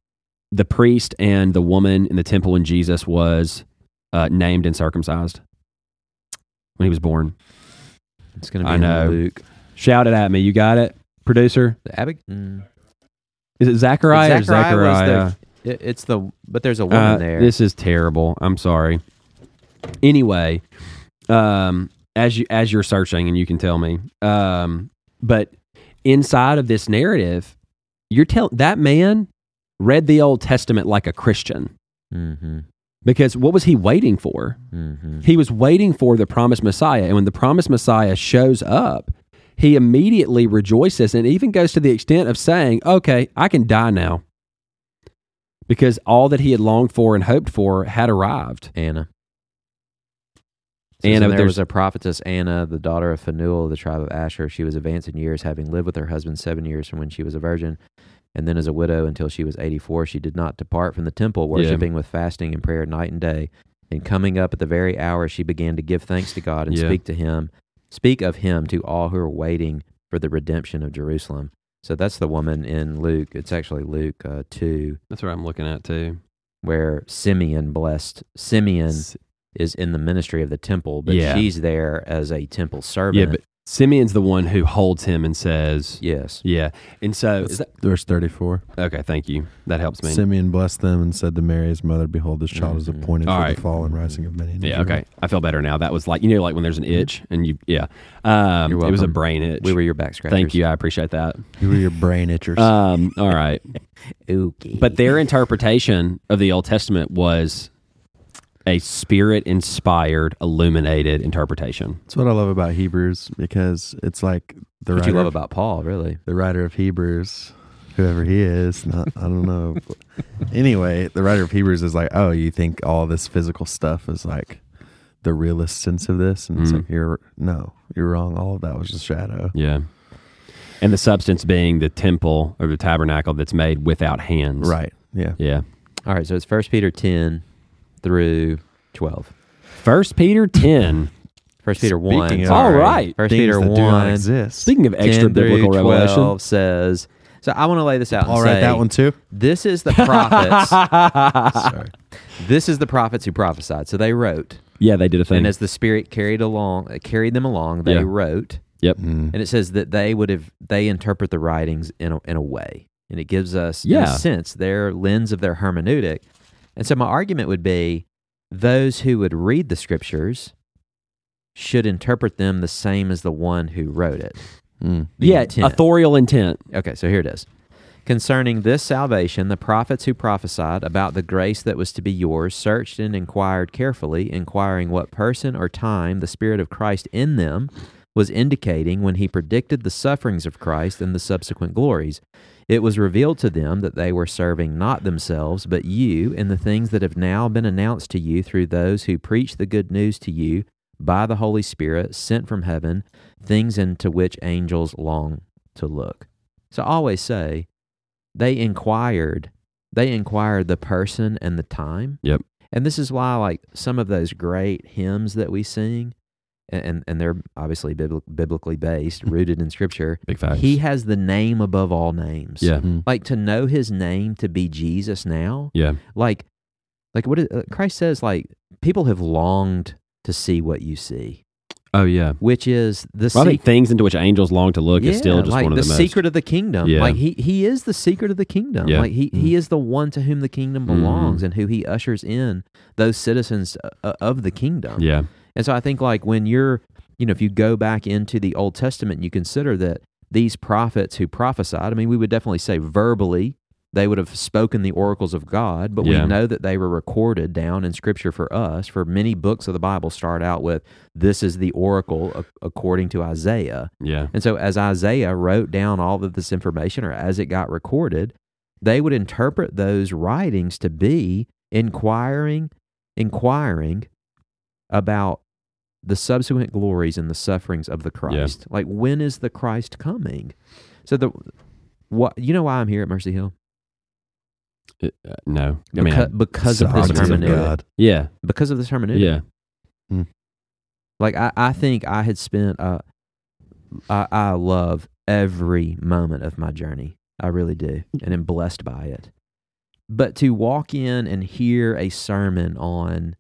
S2: the priest and the woman in the temple when Jesus was uh, named and circumcised when he was born.
S3: It's going to be
S2: I
S3: in
S2: know.
S3: Luke.
S2: Shout it at me. You got it, producer.
S3: The Abig- mm.
S2: Is it Zachariah?
S3: Zechariah was
S2: or Zachariah?
S3: the- it- it's the but there's a woman
S2: Uh,
S3: there.
S2: This is terrible. I'm sorry. Anyway, um, as you as you're searching, and you can tell me. Um, but inside of this narrative, you're tell that man read the Old Testament like a Christian
S3: mm-hmm.
S2: because what was he waiting for?
S3: Mm-hmm.
S2: He was waiting for the promised Messiah, and when the promised Messiah shows up, he immediately rejoices and even goes to the extent of saying, "Okay, I can die now." Because all that he had longed for and hoped for had arrived.
S3: Anna.
S2: Anna,
S3: Anna,
S2: but
S3: there was
S2: there's-
S3: a prophetess Anna, the daughter of Phanuel of the tribe of Asher. She was advanced in years, having lived with her husband seven years from when she was a virgin, and then as a widow until she was eighty-four. She did not depart from the temple, worshiping with fasting and prayer night and day. And coming up at the very hour, she began to give thanks to God and
S2: Yeah.
S3: speak to Him, speak of Him to all who are waiting for the redemption of Jerusalem. So that's the woman in Luke. It's actually Luke uh, two,
S2: That's what I'm looking at too.
S3: where Simeon blessed Simeon is in the ministry of the temple, but
S2: Yeah.
S3: she's there as a temple servant.
S2: yeah, but Simeon's the one who holds him and says,
S3: yes,
S2: "Yeah." And so, is that-
S1: Verse 34.
S2: okay, thank you. That helps me.
S1: Simeon blessed them and said to Mary, his mother, Behold, this child is
S3: Mhm.
S1: appointed
S2: Mm-hmm. All
S1: for
S2: right.
S1: the fall and rising of many. in
S2: yeah,
S1: Israel.
S2: okay, I feel better now. That was like you know, like when there's an itch and you, yeah, um,
S3: You're
S2: it was a
S3: welcome.
S2: brain itch.
S3: we were your back scratchers.
S2: Thank you, I appreciate that.
S1: You were your brain itchers.
S2: Um, all right,
S3: Okay.
S2: but their interpretation of the Old Testament was a spirit-inspired, illuminated interpretation.
S1: That's what I love about Hebrews because it's like the
S3: what
S1: writer,
S3: you love
S1: of-
S3: about Paul, really?
S1: the writer of Hebrews, whoever he is, not, I don't know. anyway, the writer of Hebrews is like, oh, you think all this physical stuff is like the realist sense of this? And it's
S2: Mm.
S1: like, you're, no, you're wrong. All of that was just shadow.
S2: Yeah. And the substance being the temple or the tabernacle that's made without hands.
S1: Right. Yeah.
S2: Yeah.
S3: All right, so it's First Peter ten through twelve.
S2: First Peter 10.
S3: First Peter
S1: Speaking
S3: one.
S1: of-
S3: sorry.
S2: All right.
S3: First
S1: Things
S3: Peter
S1: that do not
S3: one.
S1: exist.
S2: Speaking of extra
S3: 10 through
S2: biblical
S3: 12 says. So I want to lay this out.
S1: All
S3: and
S1: right,
S3: say,
S1: that one too.
S3: This is the prophets.
S2: revelation.
S1: Sorry.
S3: this is the prophets who prophesied. So they wrote,
S2: yeah, they did a thing.
S3: and as the Spirit carried along, uh, carried them along, they
S2: Yeah.
S3: wrote.
S2: Yep.
S1: Mm.
S3: and it says that they would have they interpret the writings in a, in a way and it gives us in
S2: Yeah.
S3: a sense their lens of their hermeneutic and so my argument would be those who would read the scriptures should interpret them the same as the one who wrote it
S1: Mm.
S3: the
S2: Yeah,
S3: intent.
S2: authorial intent.
S3: okay so here it is concerning this salvation the prophets who prophesied about the grace that was to be yours searched and inquired carefully inquiring what person or time the spirit of christ in them was indicating when he predicted the sufferings of Christ and the subsequent glories. It was revealed to them that they were serving not themselves, but you in the things that have now been announced to you through those who preach the good news to you by the Holy Spirit sent from heaven, things into which angels long to look. So I always say, they inquired, they inquired the person and the time.
S2: Yep.
S3: And this is why, like, some of those great hymns that we sing, and and, and they're obviously bibli- biblically based, rooted in scripture.
S2: Big facts.
S3: He has the name above all names.
S2: yeah.
S1: Mm.
S3: Like to know his name to be Jesus now.
S2: Yeah.
S3: Like like what is, uh, Christ says like people have longed to see what you see,
S2: Oh, yeah.
S3: which is the
S2: Well, I think
S3: secret
S2: things into which angels long to look is
S3: Yeah,
S2: still just
S3: like
S2: one of the,
S3: the,
S2: most.
S3: secret of the kingdom.
S2: Yeah.
S3: Like he he is the secret of the kingdom.
S2: Yeah. Mm.
S3: Like he he is the one to whom the kingdom belongs
S2: Mhm.
S3: and who he ushers in those citizens uh, of the kingdom.
S2: Yeah.
S3: And so I think like when you're, you know, if you go back into the Old Testament, you consider that these prophets who prophesied, I mean, we would definitely say verbally they would have spoken the oracles of God, but
S2: Yeah.
S3: we know that they were recorded down in Scripture for us. For many books of the Bible start out with, This is the oracle ac- according to Isaiah.
S2: Yeah.
S3: And so, as Isaiah wrote down all of this information, or as it got recorded, they would interpret those writings to be inquiring, inquiring about the subsequent glories and the sufferings of the Christ. Like, when is the Christ coming? So the what you know why I'm here at Mercy Hill?
S2: It- uh, no. I mean,
S3: Because, because of this
S1: Sovereignty of
S3: hermeneutic.
S1: God.
S2: yeah.
S3: Because of this hermeneutic.
S2: Yeah.
S3: Like I, I think I had spent uh I, I love every moment of my journey. I really do. And am blessed by it. But to walk in and hear a sermon on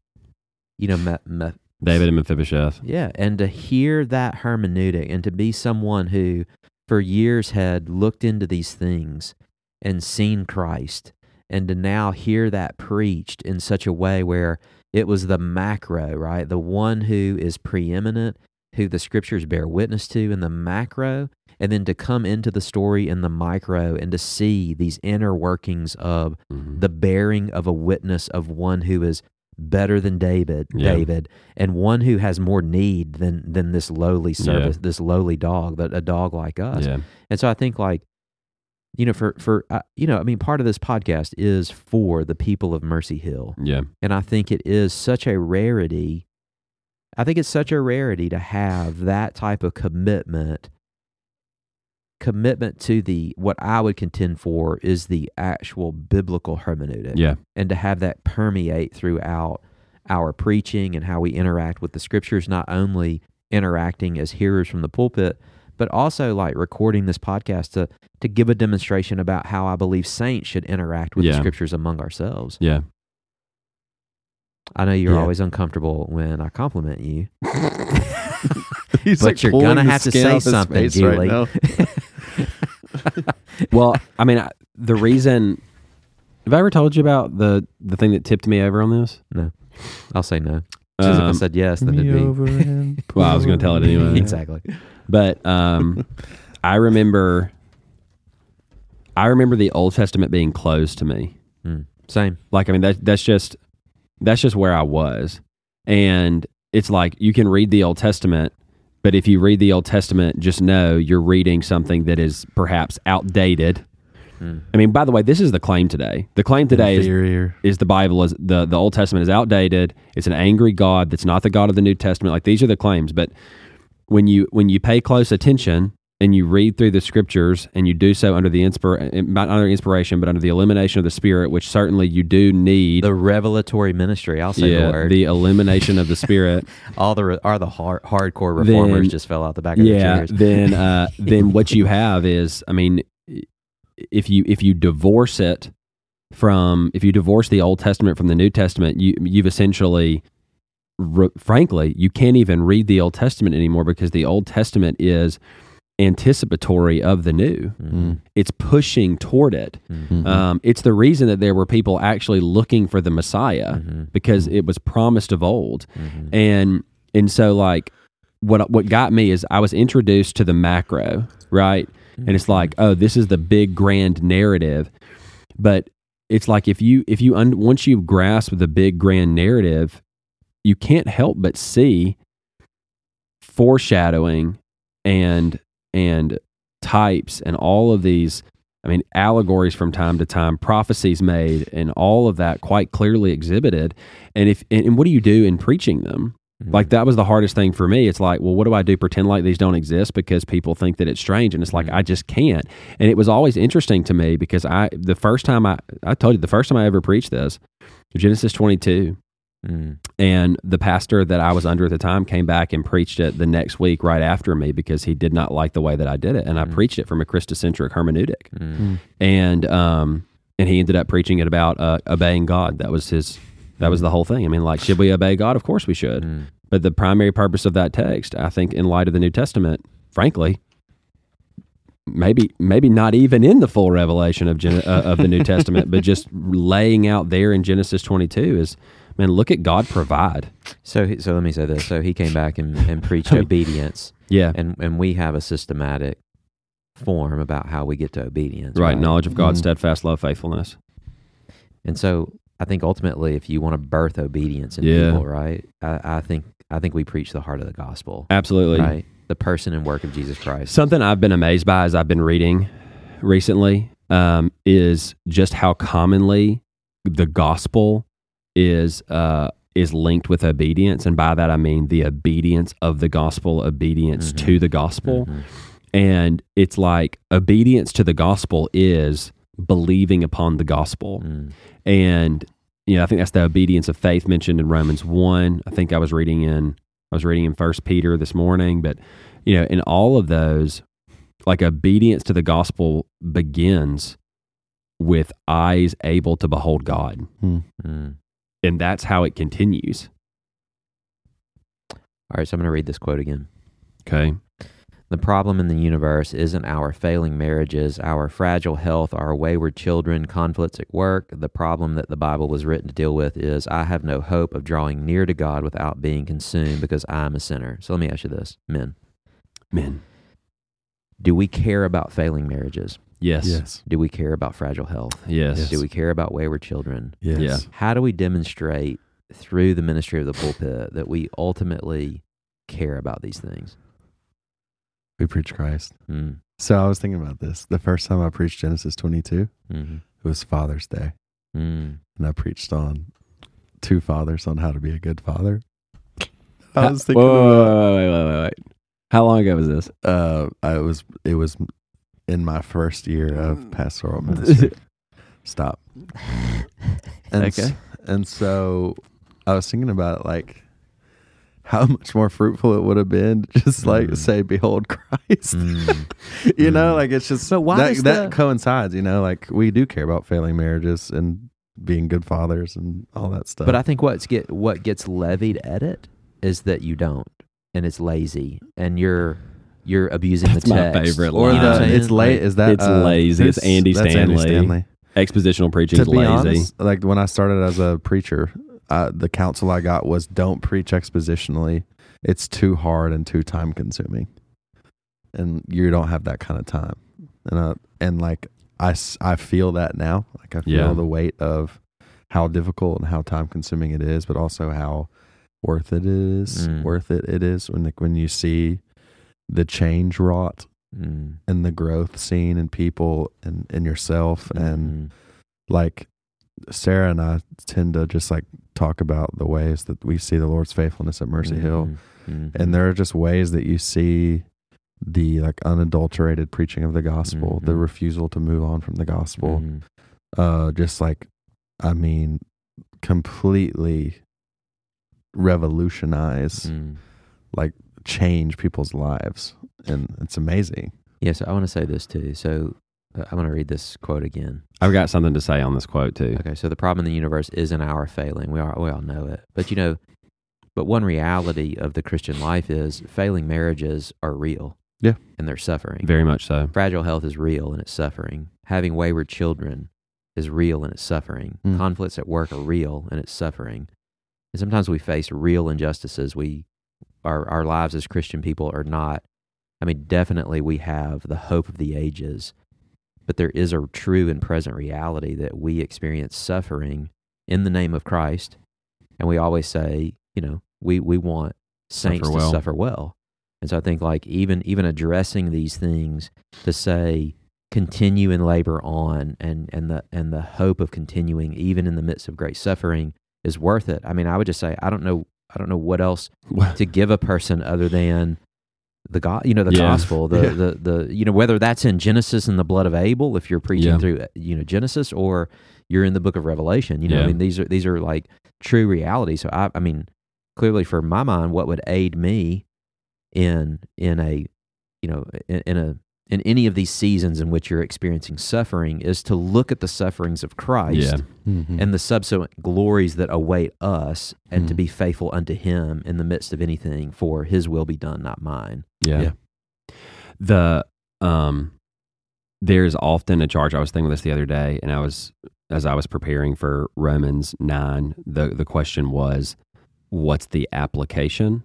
S3: you know me, me,
S2: David and Mephibosheth.
S3: yeah, and to hear that hermeneutic and to be someone who for years had looked into these things and seen Christ and to now hear that preached in such a way where it was the macro, right? The one who is preeminent, who the scriptures bear witness to in the macro, and then to come into the story in the micro and to see these inner workings of
S2: Mhm.
S3: the bearing of a witness of one who is better than David,
S2: Yeah.
S3: David, and one who has more need than than this lowly service, this lowly dog, that a dog like us.
S2: yeah.
S3: And so I think like you know for for uh, you know I mean part of this podcast is for the people of Mercy Hill,
S2: Yeah.
S3: and I think it is such a rarity. I think it's such a rarity to have that type of commitment commitment to the what I would contend for is the actual biblical hermeneutic
S2: Yeah.
S3: and to have that permeate throughout our preaching and how we interact with the scriptures, not only interacting as hearers from the pulpit, but also like recording this podcast to to give a demonstration about how I believe saints should interact with
S2: Yeah.
S3: the scriptures among ourselves.
S2: Yeah.
S3: I know you're
S1: Yeah.
S3: always uncomfortable when I compliment you.
S1: He's
S3: But you're
S1: pulling
S3: gonna
S1: the
S3: have to
S1: skin
S3: say
S1: off his
S3: something,
S1: face
S3: Julie.
S1: now.
S2: Well, I mean, I, the reason. Have I ever told you about the the thing that tipped me over on this?
S3: I'll say no. Because if I
S2: Um,
S3: said yes, then
S1: Me
S3: it'd be
S1: over and
S2: Well, I was gonna tell it anyway.
S3: exactly.
S2: But um, I remember, I remember the Old Testament being closed to me.
S3: Mm. Same.
S2: Like, I mean, that that's just that's just where I was, and it's like you can read the Old Testament, but if you read the Old Testament, just know you're reading something that is perhaps outdated.
S3: Mm.
S2: I mean, by the way, this is the claim today. The claim today is
S1: Inferior.
S2: is the Bible is the the Old Testament is outdated. It's an angry God that's not the God of the New Testament. Like these are the claims, but when you when you pay close attention and you read through the scriptures and you do so under the inspir not under inspiration but under the illumination of the Spirit, which certainly you do need.
S3: The revelatory ministry. I'll say the
S2: yeah,
S3: word.
S2: the illumination of the Spirit.
S3: all the re- are the hard, hardcore reformers
S2: Then-
S3: just fell out the back of their
S2: yeah,
S3: chairs.
S2: then uh, then what you have is, I mean, if you if you divorce it from if you divorce the Old Testament from the New Testament, you you've essentially, re, frankly, you can't even read the Old Testament anymore because the Old Testament is anticipatory of the New.
S1: Mm,
S2: It's pushing toward it.
S3: Mhm.
S1: mhm.
S2: Um, it's the reason that there were people actually looking for the Messiah
S3: Mhm.
S2: because it was promised of old
S3: Mhm.
S2: and and so like what what got me is I was introduced to the macro, right? And it's like, oh, this is the big grand narrative, but it's like if you if you un- once you grasp the big grand narrative, you can't help but see foreshadowing and and types and all of these I mean allegories from time to time, prophecies made and all of that quite clearly exhibited. And if and, and what do you do in preaching them? Like that was the hardest thing for me. It's like, well, what do I do? Pretend like these don't exist because people think that it's strange, and it's like I just can't. And it was always interesting to me because I the first time I I told you the first time I ever preached this Genesis twenty two,
S3: Mm.
S2: and the pastor that I was under at the time came back and preached it the next week right after me because he did not like the way that I did it, and I
S3: Mhm.
S2: preached it from a Christocentric hermeneutic,
S3: Mm.
S2: and um and he ended up preaching it about uh, obeying God. That was his. That was the whole thing. I mean, like, should we obey God? Of course we should.
S3: Mm.
S2: But the primary purpose of that text, I think, in light of the New Testament, frankly, maybe maybe not even in the full revelation of Gen- uh, of the New Testament, but just laying out there in Genesis 22 is, man, look at God provide.
S3: So he- so let me say
S2: Oh,
S3: this. So he came back and, and preached obedience,
S2: Yeah,
S3: and and we have a systematic form about how we get to obedience.
S2: right. Hmm. Knowledge of God,
S1: Mhm.
S2: steadfast love, faithfulness.
S3: And so I think ultimately, if you want to birth obedience in
S2: Yeah.
S3: people, right? I, I think I think we preach the heart of the gospel,
S2: Absolutely.
S3: right? The person and work of Jesus Christ.
S2: Something I've been amazed by as I've been reading recently um, is just how commonly the gospel is uh, is linked with obedience, and by that I mean the obedience of the gospel, obedience
S3: Mhm.
S2: to the gospel,
S3: Mhm.
S2: and it's like obedience to the gospel is believing upon the gospel,
S3: Mm.
S2: and you know I think that's the obedience of faith mentioned in Romans one. I think I was reading in I was reading in First Peter this morning, but you know in all of those, like obedience to the gospel begins with eyes able to behold God,
S3: Mm.
S2: and that's how it continues.
S3: All right, so I'm going to read this quote again.
S2: Okay,
S3: The problem in the universe isn't our failing marriages, our fragile health, our wayward children, conflicts at work. The problem that the Bible was written to deal with is I have no hope of drawing near to God without being consumed because I'm a sinner. So let me ask you this, men.
S2: men.
S3: Do we care about failing marriages?
S2: Yes.
S1: Yes.
S3: Do we care about fragile health?
S2: Yes.
S3: Do we care about wayward children?
S1: Yes.
S2: Yeah.
S3: How do we demonstrate through the ministry of the pulpit that we ultimately care about these things?
S1: We preach Christ.
S3: Mm,
S1: So I was thinking about this. The first time I preached Genesis 22, it
S3: mhm,
S1: was Father's Day.
S3: mm.
S1: And I preached on two fathers on how to be a good father.
S2: How-
S1: I was thinking
S2: whoa,
S1: about
S2: whoa, wait, wait, wait, wait. How long ago was this?
S1: uh, I was it was in my first year of pastoral ministry. Stop. And s-
S2: Okay.
S1: and so I was thinking about like how much more fruitful it would have been to just like
S3: Mm.
S1: say, "Behold Christ."
S3: Mm.
S1: you know,
S3: Mm.
S1: like it's just
S3: But why
S1: that,
S3: does
S1: that
S3: the-
S1: coincides. You know, like we do care about failing marriages and being good fathers and all that stuff.
S3: But I think what's get what gets levied at it is that you don't, and it's lazy, and you're you're abusing
S2: That's
S3: the
S2: my
S3: text.
S2: favorite
S1: or
S2: line.
S3: You know what I'm
S1: the,
S3: saying?
S1: it's late.
S3: Like,
S1: Is that
S2: It's
S1: uh,
S2: lazy. It's
S1: who's-
S2: Andy
S1: that's
S2: Stanley. Expositional preaching
S1: To
S2: is
S1: be
S2: lazy.
S1: honest, like when I started as a preacher, uh, the counsel I got was don't preach expositionally. It's too hard and too time consuming, and you don't have that kind of time. And I, and like I, s- I feel that now. Like I feel
S2: Yeah.
S1: the weight of how difficult and how time consuming it is, but also how worth it is.
S3: Mm.
S1: Worth it it is when like when you see the change wrought
S3: mm,
S1: and the growth seen in people and in yourself and
S3: mm,
S1: like sarah and i tend to just like talk about the ways that we see the lord's faithfulness at mercy hill
S3: mm,
S2: Mm-hmm.
S1: and there are just ways that you see the like unadulterated preaching of the gospel the
S2: Mm-hmm.
S3: Mhm.
S1: refusal to move on from the gospel
S3: mm,
S1: uh just like i mean completely revolutionize
S3: mm.
S2: Mm-hmm.
S1: change people's lives and it's amazing
S3: Yeah, so I want to say this too. So uh, I'm going to read this quote again.
S2: I've got something to say on this quote too.
S3: Okay, so the problem in the universe isn't our failing. We all, we all know it. But you know, but one reality of the Christian life is failing marriages are real.
S1: Yeah.
S3: And they're suffering.
S2: Very much so.
S3: Fragile health is real and it's suffering. Having wayward children is real and it's suffering.
S1: Mm.
S3: Conflicts at work are real and it's suffering. And sometimes we face real injustices. We our our lives as Christian people are not I mean, definitely we have the hope of the ages, but there is a true and present reality that we experience suffering in the name of Christ. And we always say, you know, we, we want saints
S2: Suffer
S3: to
S2: well.
S3: suffer well. And so I think like even even addressing these things to say continue in labor on and and the and the hope of continuing even in the midst of great suffering is worth it. I mean, I would just say I don't know I don't know what else to give a person other than the God, you know, the
S2: Yeah.
S3: gospel, the,
S1: Yeah.
S3: the, the, you know, whether that's in Genesis and the blood of Abel, if you're preaching
S2: Yeah.
S3: through, you know, Genesis or you're in the book of Revelation, you know, I
S2: Yeah.
S3: mean, these are, these are like true realities. So I, I mean, clearly for my mind, what would aid me in, in a, you know, in, in a, in any of these seasons in which you're experiencing suffering is to look at the sufferings of Christ
S2: Yeah. Mm-hmm.
S3: and the subsequent glories that await us and to
S1: Mhm.
S3: be faithful unto him in the midst of anything for his will be done not mine
S2: Yeah.
S1: Yeah.
S2: The um there is often a charge. I was thinking this the other day and I was as I was preparing for Romans nine, the the question was, what's the application?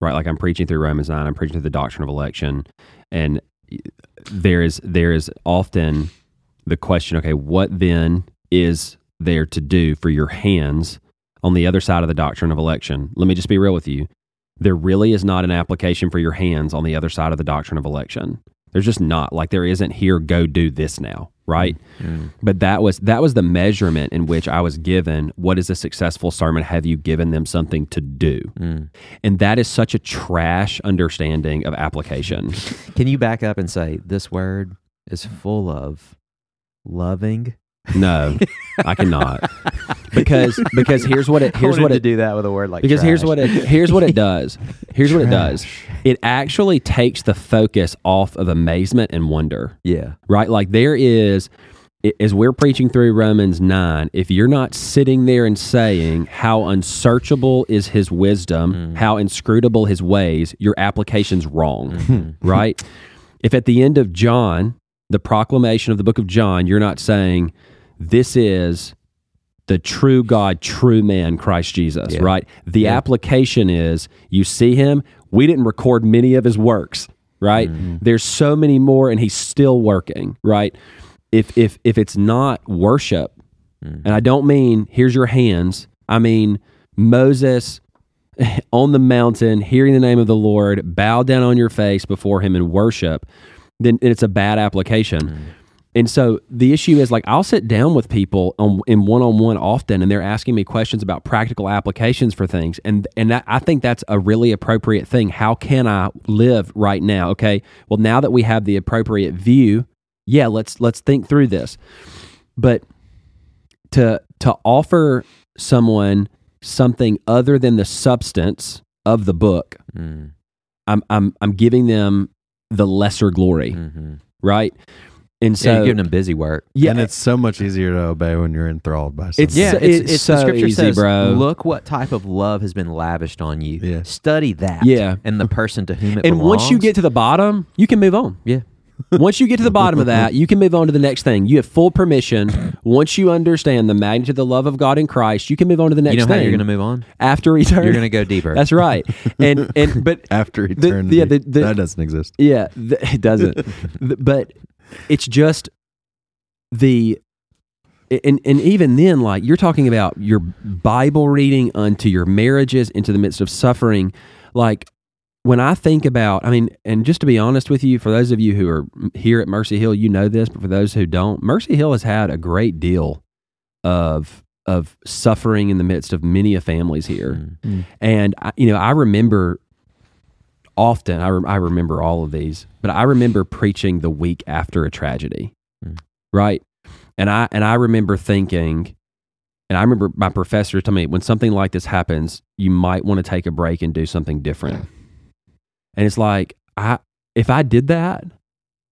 S2: Right? Like I'm preaching through Romans nine, I'm preaching through the doctrine of election, and there is there is often the question okay what then is there to do for your hands on the other side of the doctrine of election let me just be real with you there really is not an application for your hands on the other side of the doctrine of election there's just not like there isn't here go do this now right
S3: Mm. Mm-hmm.
S2: but that was that was the measurement in which I was given what is a successful sermon have you given them something to do and that is such a trash understanding of application
S3: Can you back up and say this word is full of loving?
S2: no I cannot because because here's what it here's
S3: I wanted
S2: what
S3: to
S2: it
S3: do that with a word like
S2: because here's
S3: trash.
S2: what it here's what it does here's what it does it actually takes the focus off of amazement and wonder
S3: yeah
S2: right? Like there is, i- as we're preaching through Romans 9, if you're not sitting there and saying, How unsearchable is his wisdom, how inscrutable his ways, your application's wrong, right? If at the end of John, the proclamation of the book of John, you're not saying, This is the true God, true man, Christ Jesus,
S3: Yeah.
S2: right? The application is you see him, we didn't record many of his works, right?
S3: Mm-hmm.
S2: There's so many more and he's still working, right? If if if it's not worship,
S3: Mm.
S2: and I don't mean here's your hands, I mean Moses on the mountain, hearing the name of the Lord, bow down on your face before him and worship, then it's a bad application.
S3: Mm.
S2: And so the issue is like I'll sit down with people on, in one-on-one often, and they're asking me questions about practical applications for things, and and that, I think that's a really appropriate thing. How can I live right now? Okay, well now that we have the appropriate view, yeah, let's let's think through this. But to to offer someone something other than the substance of the book,
S3: Mm,
S2: I'm I'm I'm giving them the lesser glory,
S3: mhm.
S2: right? And
S3: yeah,
S2: so
S3: you're giving them busy work
S2: yeah,
S1: and it's so much easier to obey when you're enthralled by something.
S2: It's- Yeah. so- so
S3: the scripture
S2: easy,
S3: says,
S2: bro.
S3: Look what type of love has been lavished on you.
S1: Yeah.
S3: Study that.
S2: Yeah.
S3: And the person to whom it
S2: and
S3: belongs.
S2: once you get to the bottom, you can move on.
S3: yeah,
S2: Once you get to the bottom of that, you can move on to the next thing. You have full permission. Once you understand the magnitude of the love of God in Christ, you can move on to the next
S3: you know
S2: thing.
S3: how you're going to move on.
S2: after eternity.
S3: You're going to go deeper.
S2: That's right. And and but
S1: after
S2: the-
S1: eternity.
S2: yeah, the- the-
S1: that doesn't exist.
S2: Yeah, th- it doesn't. Th- but it's just the and and even then like you're talking about your Bible reading unto your marriages into the midst of suffering like when I think about, I mean, and just to be honest with you, for those of you who are here at Mercy Hill, you know this, but for those who don't, Mercy Hill has had a great deal of of suffering in the midst of many of families here.
S3: Mm-hmm.
S2: And I, you know, I remember often I, rem- I remember all of these but i remember preaching the week after a tragedy
S3: Mm.
S2: right and i and i remember thinking and i remember my professor telling me when something like this happens you might want to take a break and do something different and it's like i if i did that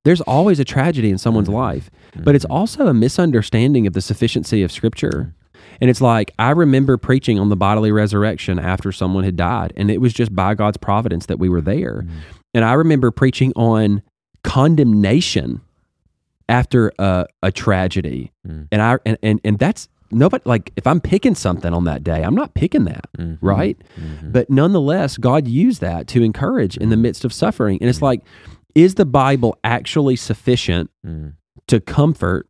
S2: there's always a tragedy in someone's life but it's also a misunderstanding of the sufficiency of scripture and it's like i remember preaching on the bodily resurrection after someone had died and it was just by god's providence that we were there and i remember preaching on condemnation after a, a tragedy
S3: Mm.
S2: and i and, and and that's nobody like if i'm picking something on that day i'm not picking that
S3: Mhm.
S2: right
S3: Mhm.
S2: but nonetheless, God used that to encourage in the midst of suffering. And it's like, is the Bible actually sufficient
S3: Mm,
S2: to comfort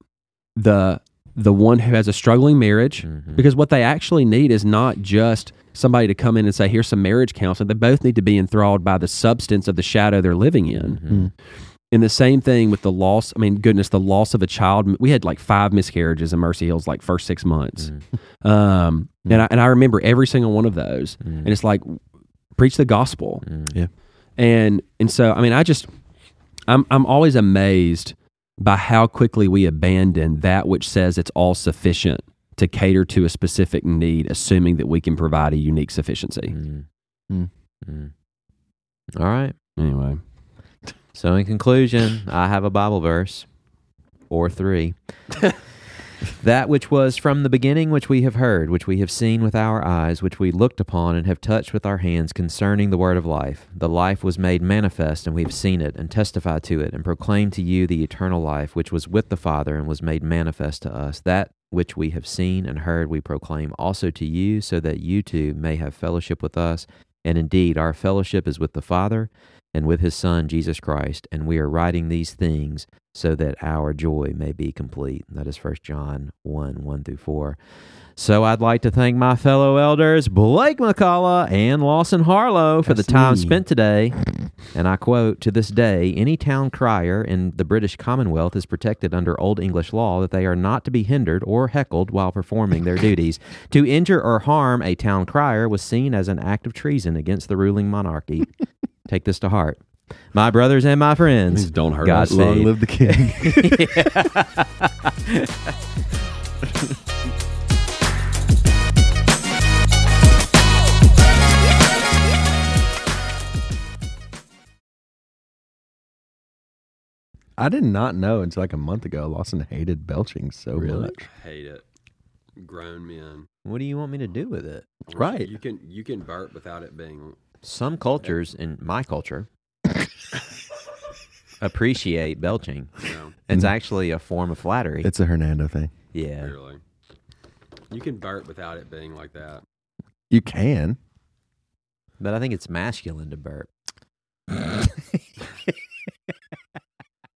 S2: the the one who has a struggling marriage?
S3: mhm.
S2: Because what they actually need is not just somebody to come in and say, "Here's some marriage counseling." They both need to be enthralled by the substance of the shadow they're living in.
S3: Mhm.
S2: And the same thing with the loss. I mean, goodness, the loss of a child. We had like five miscarriages in Mercy Hills, like first six months. Um, and I, and I remember every single one of those. And it's like preach the gospel.
S1: Yeah.
S2: And and so I mean, I just I'm I'm always amazed by how quickly we abandon that which says it's all sufficient to cater to a specific need, assuming that we can provide a unique sufficiency.
S3: Mm.
S1: Mm.
S3: Mm. All right.
S2: Anyway,
S3: So, in conclusion, I have a Bible verse or three. that which was from the beginning, which we have heard, which we have seen with our eyes, which we looked upon and have touched with our hands concerning the word of life. The life was made manifest, and we have seen it, and testified to it, and proclaimed to you the eternal life, which was with the Father, and was made manifest to us. That which we have seen and heard, we proclaim also to you, so that you too may have fellowship with us. And indeed, our fellowship is with the Father and with his Son, Jesus Christ, and we are writing these things so that our joy may be complete. That is 1 John 1 1 through 4. So I'd like to thank my fellow elders, Blake McCullough and Lawson Harlow, for
S2: That's
S3: the time
S2: me.
S3: spent today. And I quote To this day, any town crier in the British Commonwealth is protected under Old English law that they are not to be hindered or heckled while performing their duties. To injure or harm a town crier was seen as an act of treason against the ruling monarchy. Take this to heart. My brothers and my friends,
S2: Please don't hurt
S3: God
S2: us.
S3: save.
S1: Long live the king. I did not know until like a month ago Lawson hated belching so
S3: Really?
S1: much.
S2: Hate it. Grown men.
S3: what do you want me to do with it?
S1: Right.
S2: You can you can burp without it being
S3: Some cultures, in my culture, appreciate belching.
S2: you know,
S3: It's actually a form of flattery.
S1: It's a Hernando thing.
S3: yeah.
S2: really. You can burp without it being like that.
S1: You can.
S3: But I think it's masculine to burp.